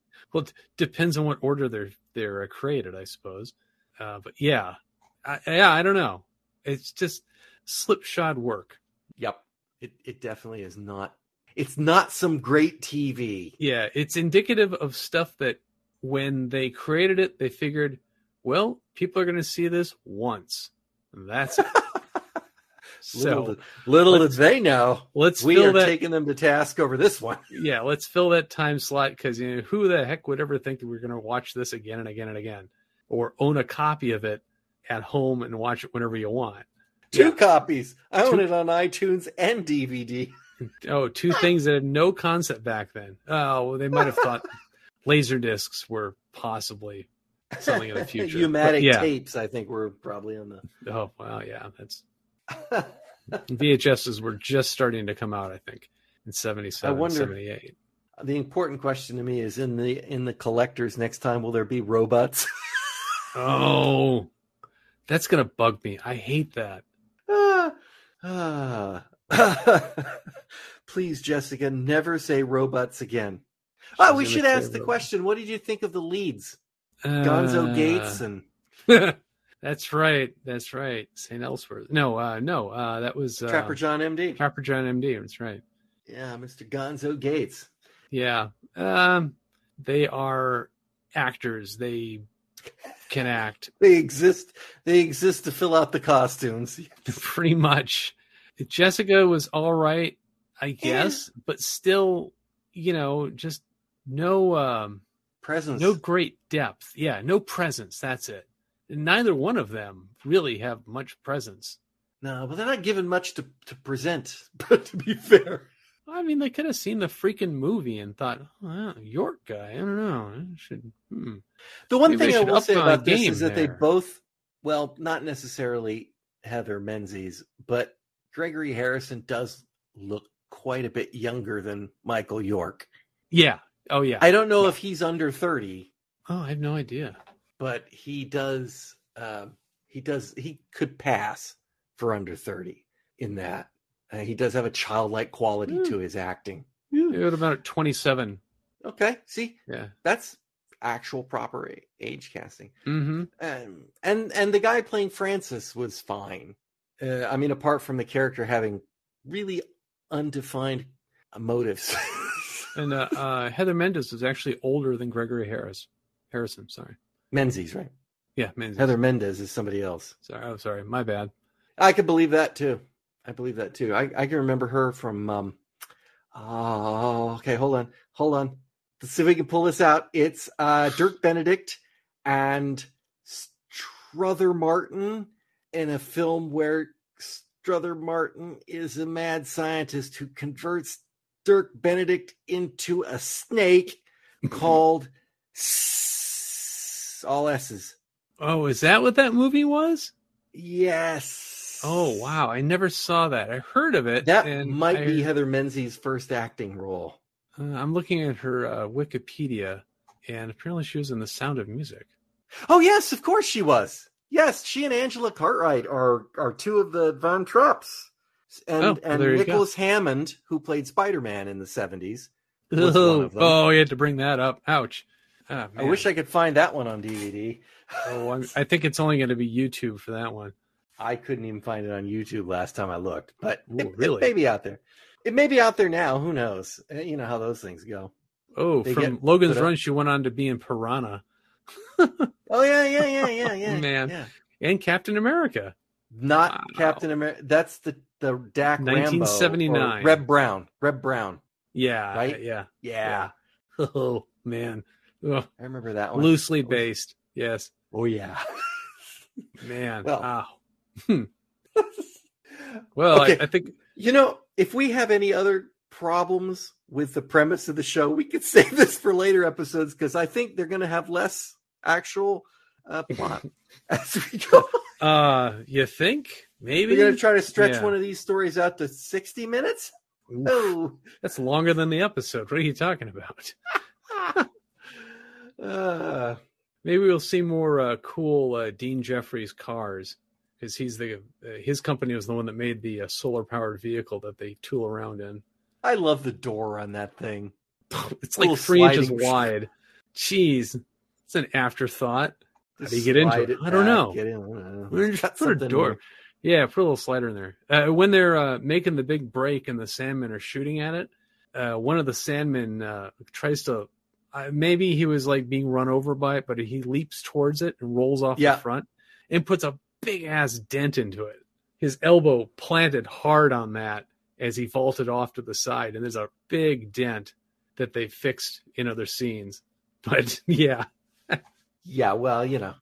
Speaker 2: depends on what order they're they're uh, created, I suppose. Uh, but yeah, I, yeah, I don't know. It's just slipshod work.
Speaker 1: Yep. It it definitely is not it's not some great TV.
Speaker 2: Yeah, it's indicative of stuff that when they created it, they figured, well, people are going to see this once. And that's it.
Speaker 1: little
Speaker 2: so
Speaker 1: did, little did
Speaker 2: let's-
Speaker 1: they know.
Speaker 2: let's
Speaker 1: We
Speaker 2: fill
Speaker 1: are
Speaker 2: that.
Speaker 1: taking them to task over this one.
Speaker 2: yeah, let's fill that time slot because you know who the heck would ever think that we're going to watch this again and again and again, or own a copy of it at home and watch it whenever you want.
Speaker 1: Two copies. I own
Speaker 2: Two-
Speaker 1: it on iTunes and DVD.
Speaker 2: Oh, two things that had no concept back then. Oh, well, they might have thought laser discs were possibly something in the future. But
Speaker 1: Pneumatic
Speaker 2: yeah.
Speaker 1: tapes, I think, were probably on
Speaker 2: Oh, wow, yeah, that's
Speaker 1: the.
Speaker 2: VHSs were just starting to come out, I think, in 77,
Speaker 1: I wonder-
Speaker 2: 78.
Speaker 1: the important question to me is in the in the collectors next time will there be robots?
Speaker 2: Oh, that's going to bug me. I hate that.
Speaker 1: Ah, ah. Please, Jessica, never say robots again. Oh, we
Speaker 2: gonna
Speaker 1: should
Speaker 2: say
Speaker 1: ask the
Speaker 2: robots. Uh,
Speaker 1: question: What did you think of the leads? Gonzo Gates and
Speaker 2: Gates. that's right. That's right. St. Elsewhere. No, uh, no, uh, that was uh,
Speaker 1: Trapper John MD.
Speaker 2: Trapper John MD. That's right.
Speaker 1: Yeah, Mr. Gonzo Gates.
Speaker 2: Yeah. Um, they are actors. They can act
Speaker 1: They exist. They exist to fill out the costumes.
Speaker 2: pretty much. Jessica was all right, I guess, but still, you know, just no um
Speaker 1: Presence.
Speaker 2: no great depth. Yeah, no presence, that's it. Neither one of them really have much presence.
Speaker 1: No, but they're not given much to, to present. But to be fair,
Speaker 2: I mean, they could have seen the freaking movie and thought, well, York guy, I don't know, I should hmm.
Speaker 1: the one
Speaker 2: Maybe they
Speaker 1: thing I
Speaker 2: should
Speaker 1: will
Speaker 2: up
Speaker 1: say
Speaker 2: their
Speaker 1: about this
Speaker 2: game
Speaker 1: is that they
Speaker 2: there.
Speaker 1: both, well, not necessarily Heather Menzies, but Gregory Harrison does look quite a bit younger than Michael York.
Speaker 2: Yeah. Oh yeah.
Speaker 1: I don't know if he's under thirty,
Speaker 2: oh, I have no idea.
Speaker 1: but he does. Um, he does. He could pass for under thirty in that. Uh, he does have a childlike quality
Speaker 2: Hmm.
Speaker 1: to his acting.
Speaker 2: It would have been at twenty seven.
Speaker 1: Okay, see,
Speaker 2: Yeah.
Speaker 1: that's actual proper a- age casting.
Speaker 2: Mm-hmm.
Speaker 1: um, and and the guy playing Francis was fine. Uh, I mean, apart from the character having really undefined motives.
Speaker 2: And uh, uh, Heather Mendes is actually older than Gregory Harris. Harrison, sorry.
Speaker 1: Menzies, right?
Speaker 2: Yeah, Mendes.
Speaker 1: Heather Mendez is somebody else.
Speaker 2: Sorry, oh, sorry, my bad.
Speaker 1: I could believe that too. I believe that too. I, I can remember her from. Um, oh, okay. Hold on. Hold on. Let's see if we can pull this out. It's uh, Dirk Benedict and Struther Martin in a film where Struther Martin is a mad scientist who converts Dirk Benedict into a snake
Speaker 2: Mm-hmm.
Speaker 1: called. S- all S's.
Speaker 2: Oh, is that what that movie was?
Speaker 1: Yes.
Speaker 2: Oh wow, I never saw that. I heard of it.
Speaker 1: That
Speaker 2: and
Speaker 1: might
Speaker 2: I-
Speaker 1: be Heather Menzies' first acting role.
Speaker 2: Uh, I'm looking at her uh, Wikipedia, and apparently she was in The Sound of Music.
Speaker 1: Oh yes, of course she was. Yes, she and Angela Cartwright are are two of the Von Trupps. And
Speaker 2: Oh, well,
Speaker 1: and
Speaker 2: there you go.
Speaker 1: Nicholas Hammond, who played Spider Man in the seventies. Was one
Speaker 2: Oh,
Speaker 1: of them.
Speaker 2: oh, you had to bring that up. Ouch. Ah,
Speaker 1: I
Speaker 2: man.
Speaker 1: wish I could find that one on DVD.
Speaker 2: Oh, I'm, I think it's only going to be YouTube for that one.
Speaker 1: I couldn't even find it on YouTube last time I looked, but
Speaker 2: Ooh,
Speaker 1: it, it
Speaker 2: really?
Speaker 1: may be out there. It may be out there now. Who knows? Uh, You know how those things go.
Speaker 2: Oh,
Speaker 1: They
Speaker 2: from
Speaker 1: get
Speaker 2: Logan's
Speaker 1: put up-
Speaker 2: Run, she went on to be in Piranha
Speaker 1: Oh yeah, yeah, yeah, yeah, yeah.
Speaker 2: Man.
Speaker 1: yeah.
Speaker 2: and Captain America.
Speaker 1: not
Speaker 2: Wow.
Speaker 1: Captain America. That's the the Dak Rambo or
Speaker 2: 1979.
Speaker 1: Reb Brown. Reb Brown.
Speaker 2: Yeah,
Speaker 1: Right?
Speaker 2: yeah,
Speaker 1: Yeah,
Speaker 2: Oh man, Ugh,
Speaker 1: I remember that one.
Speaker 2: loosely based. Yes,
Speaker 1: Oh yeah.
Speaker 2: man.
Speaker 1: Well.
Speaker 2: Wow. Hmm. Well,
Speaker 1: Okay.
Speaker 2: I, I think
Speaker 1: you know, if we have any other problems with the premise of the show, we could save this for later episodes because I think they're going to have less actual uh, plot as we go.
Speaker 2: uh you think maybe
Speaker 1: We're going to try to stretch
Speaker 2: Yeah.
Speaker 1: one of these stories out to sixty minutes.
Speaker 2: Oof.
Speaker 1: Oh.
Speaker 2: that's longer than the episode. What are you talking about?
Speaker 1: uh,
Speaker 2: Maybe we'll see more uh, cool uh, Dean Jeffries cars because he's the uh, his company was the one that made the uh, solar powered vehicle that they tool around in.
Speaker 1: I love the door on that thing.
Speaker 2: It's like
Speaker 1: Little
Speaker 2: three inches
Speaker 1: sliding-
Speaker 2: wide. Jeez, it's an afterthought. How do you
Speaker 1: Just
Speaker 2: get into
Speaker 1: slide
Speaker 2: it? I don't
Speaker 1: back,
Speaker 2: know.
Speaker 1: Get in. I don't know.
Speaker 2: We're
Speaker 1: It's
Speaker 2: just
Speaker 1: got
Speaker 2: put
Speaker 1: something
Speaker 2: a
Speaker 1: in
Speaker 2: door.
Speaker 1: there.
Speaker 2: Yeah, put a little slider in there. Uh, when they're uh, making the big break and the Sandmen are shooting at it, uh, one of the Sandmen uh, tries to. Uh, maybe he was like being run over by it, but he leaps towards it and rolls off
Speaker 1: Yeah.
Speaker 2: the front and puts a big ass dent into it. His elbow planted hard on that as he vaulted off to the side, and there's a big dent that they fixed in other scenes. But yeah,
Speaker 1: Yeah, well, you know,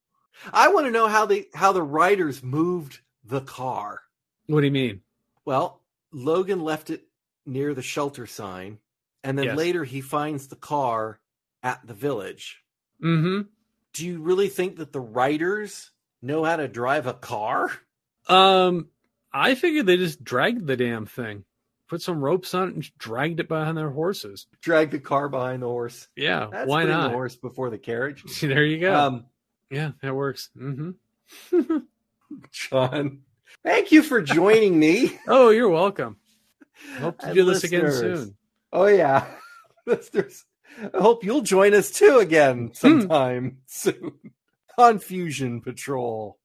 Speaker 1: I want to know how they how the writers moved the car.
Speaker 2: what do you mean?
Speaker 1: Well, Logan left it near the shelter sign, and then
Speaker 2: Yes.
Speaker 1: later he finds the car at the village.
Speaker 2: Mm-hmm.
Speaker 1: Do you really think that the writers know how to drive a car?
Speaker 2: Um, I figured they just dragged the damn thing, put some ropes on it, and just dragged it behind their horses.
Speaker 1: Drag the car behind the horse.
Speaker 2: Yeah,
Speaker 1: That's
Speaker 2: why
Speaker 1: putting
Speaker 2: not?
Speaker 1: the horse before the carriage.
Speaker 2: See, there you go.
Speaker 1: Um,
Speaker 2: yeah, that works. hmm
Speaker 1: John, thank you for joining me.
Speaker 2: Oh, you're welcome. Hope to
Speaker 1: And
Speaker 2: do this again
Speaker 1: listeners,
Speaker 2: soon.
Speaker 1: Oh yeah, listeners. I hope you'll join us too again sometime soon on Fusion Patrol.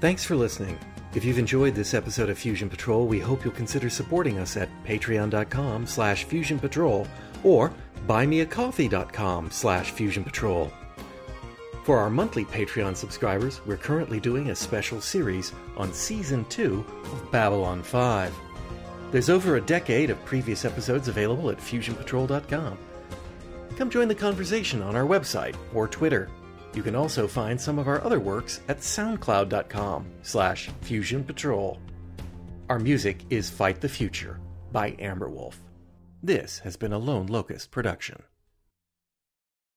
Speaker 1: Thanks for listening. If you've enjoyed this episode of Fusion Patrol, we hope you'll consider supporting us at patreon.com slash fusion patrol or buymeacoffee.com slash fusion patrol. For our monthly Patreon subscribers, we're currently doing a special series on Season 2 of Babylon 5. There's over a decade of previous episodes available at fusionpatrol.com. Come join the conversation on our website or Twitter. You can also find some of our other works at soundcloud.com slash fusionpatrol. Our music is Fight the Future by Amberwolf. This has been a Lone Locust production.